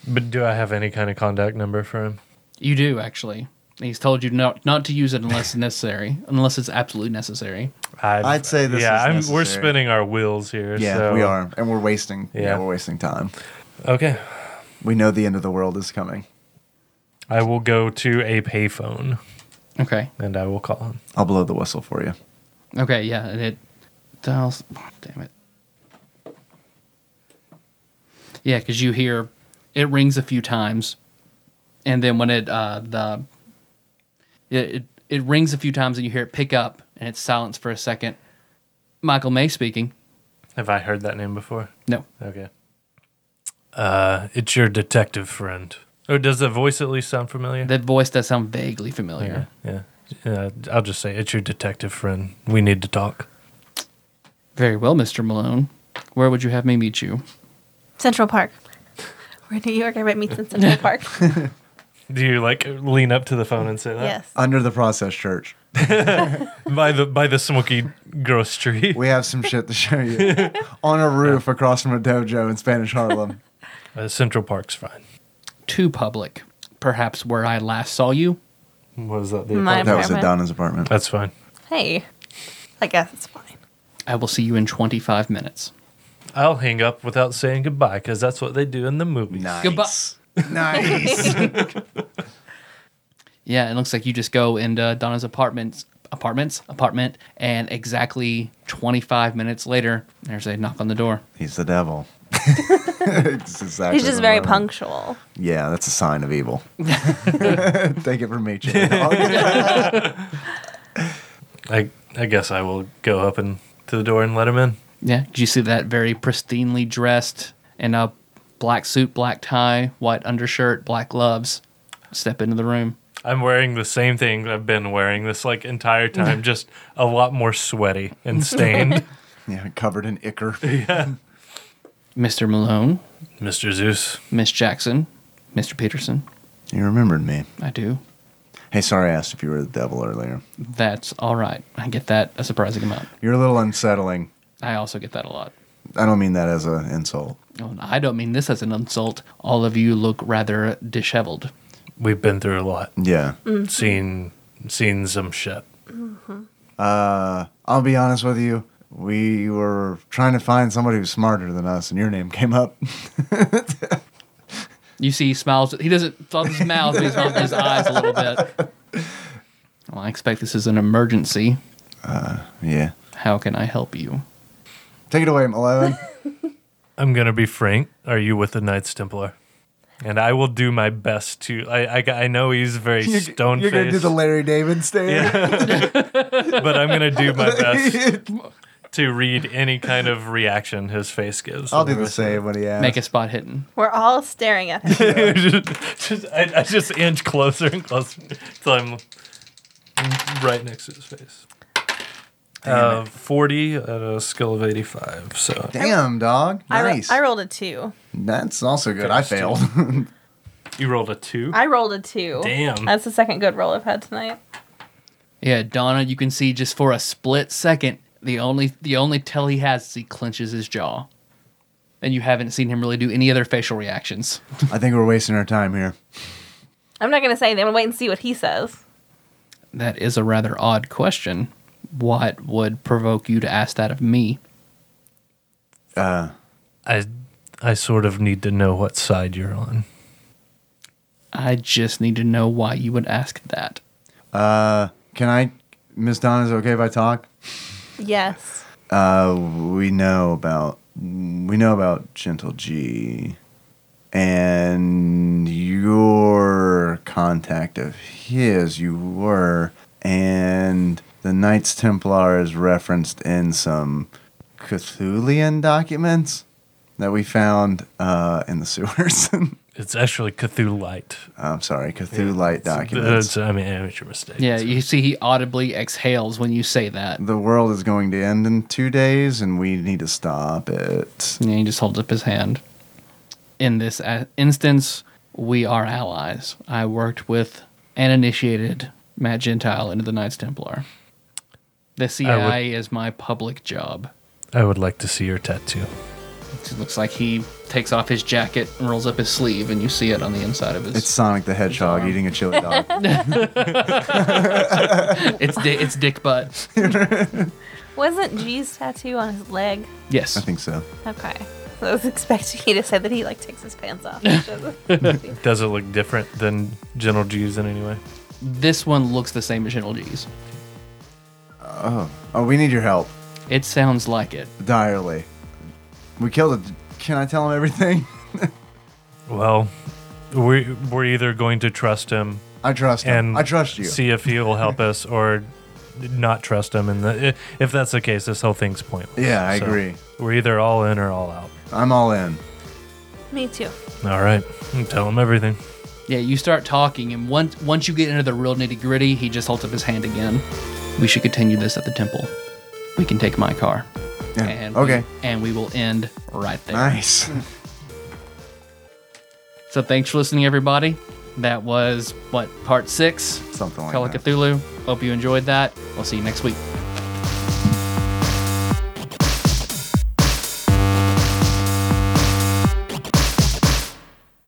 But do I have any kind of contact number for him?
You do actually. He's told you not not to use it unless necessary, unless it's absolutely necessary.
I've,
I'd say this
Yeah,
is
I'm, we're
necessary.
spinning our wheels here.
Yeah,
so-
we are, and we're wasting. Yeah.
Yeah.
we're wasting time.
Okay,
We know the end of the world is coming.
I will go to a payphone
Okay.
and I will call him.
I'll blow the whistle for you.
Okay. Yeah. and It dials. Damn it. Yeah, because you hear it rings a few times, and then when it uh, the it, it it rings a few times and you hear it pick up and it's silence for a second. Michael May speaking.
Have I heard that name before?
No.
Okay. Uh, it's your detective friend. Oh, does the voice at least sound familiar?
That voice does sound vaguely familiar.
yeah. Uh, I'll just say it's your detective friend. We need to talk.
Very well, Mr. Malone. Where would you have me meet you?
Central Park. We're in New York. Everybody meets in Central Park.
Do you like lean up to the phone and say that?
yes.
Under the process church,
By the by the smoky grocery.
we have some shit to show *laughs* you. On a roof across from a dojo in Spanish Harlem.
Uh, Central Park's fine.
To public, perhaps where I last saw you.
Was that the
My-
that was at
Apartment.
Donna's apartment.
That's fine.
Hey, I guess it's fine.
I will see you in 25 minutes.
I'll hang up without saying goodbye because that's what they do in the movies.
Goodbye.
*laughs* Nice.
Yeah, it looks like you just go into Donna's apartments, apartments, apartment, and exactly 25 minutes later, there's a knock on the door.
*laughs* He's the devil. It's exactly
He's just
the
very
moment.
punctual.
Yeah, that's a sign of evil. *laughs* Take it from me, *laughs* Chad.
I I guess I will go up and to the door and let him in.
Yeah, did you see that very pristinely dressed in a black suit, black tie, white undershirt, black gloves step into the room?
I'm wearing the same thing I've been wearing this like entire time, just a lot more sweaty and stained.
Yeah, covered in ichor.
Mr. Malone,
Mr. Zeus,
Miss Jackson, Mr. Peterson,
You remembered me.
I do.
Hey, sorry I asked if you were the devil earlier.
That's all right. I get that a surprising amount.
You're a little unsettling.
I also get that a lot.
I don't mean that as an insult.
Oh, and I don't mean this as an insult. All of you look rather disheveled.
we've been through a lot,
Yeah.
Mm.
seen seen some shit.
Uh, I'll be honest with you. We were trying to find somebody who's smarter than us, and your name came up.
You see, he smiles. He doesn't flop his mouth, but he smiles with his eyes a little bit. Well, I expect this is an emergency.
yeah.
How can I help you?
Take it away, *laughs* Eleven.
I'm gonna be frank. Are you with the Knights Templar? And I will do my best to. I I, I know he's very stone
You're gonna do
faced,
the Larry David stare. *laughs*
but I'm gonna do my best to read any kind of reaction his face gives.
I'll do the same when he asks.
Make a spot hidden.
We're all staring at him.
just, *laughs* just- I, I just inch closer and closer until I'm right next to his face. Uh, 40 at a skill of 85. So
Damn, dog.
I, ro-
Nice.
I rolled a two.
That's also good. I *laughs* failed.
you rolled a two.
I rolled a two.
Damn.
That's the second good roll I've had tonight.
Yeah, Donna. You can see just for a split second. The only the only tell he has is he clenches his jaw, and you haven't seen him really do any other facial reactions.
I think we're wasting our time here.
I'm not going to say anything. I'm going to wait and see what he says.
That is a rather odd question. What would provoke you to ask that of me?
Uh,
I, I sort of need to know what side you're on.
I just need to know why you would ask that.
uh, can I, Miss Donna, is it okay if I talk?
Yes.
Uh, we know about we know about Gentle G, and your contact of his. You were, and the Knights Templar is referenced in some Cthulian documents that we found uh, in the sewers. *laughs*
It's actually Cthulhite.
I'm sorry, Cthulhite documents.
That's, I mean, amateur mistake.
Yeah, you see, he audibly exhales when you say that.
the world is going to end in two days, and we need to stop it.
And he just holds up his hand. In this a- instance, we are allies. I worked with and initiated Matt Gentile into the Knights Templar. The CIA is my public job.
I would like to see your tattoo.
It looks like he takes off his jacket and rolls up his sleeve, and you see it on the inside of his.
It's Sonic the Hedgehog eating a chili dog.
it's di- it's dick
*laughs*
butt.
Wasn't G's tattoo on his leg?
Yes.
I think so.
Okay. I was *laughs* expecting you to say that he like takes his pants off. which doesn't-
Does it look different than General G's in any way?
this one looks the same as General G's.
Oh, we need your help
It sounds like it.
direly. We killed it. Can I tell him everything? *laughs*
Well, we we're either going to trust him
I trust him.
and
I trust you.
see if he will
*laughs*
help us or not trust him. And the, if that's the case, this whole thing's pointless.
Yeah, I
So,
agree.
We're either all in or all out.
I'm all in.
Me too.
All right, tell him everything.
Yeah, you start talking, and once once you get into the real nitty gritty, he just holds up his hand again. We should continue this at the temple. We can take my car.
Yeah.
And
okay.
We, and we will end right there.
Nice.
So thanks for listening, everybody. That was what part six.
Something like
Call of
that.
Cthulhu. Hope you enjoyed that. We'll see you next week.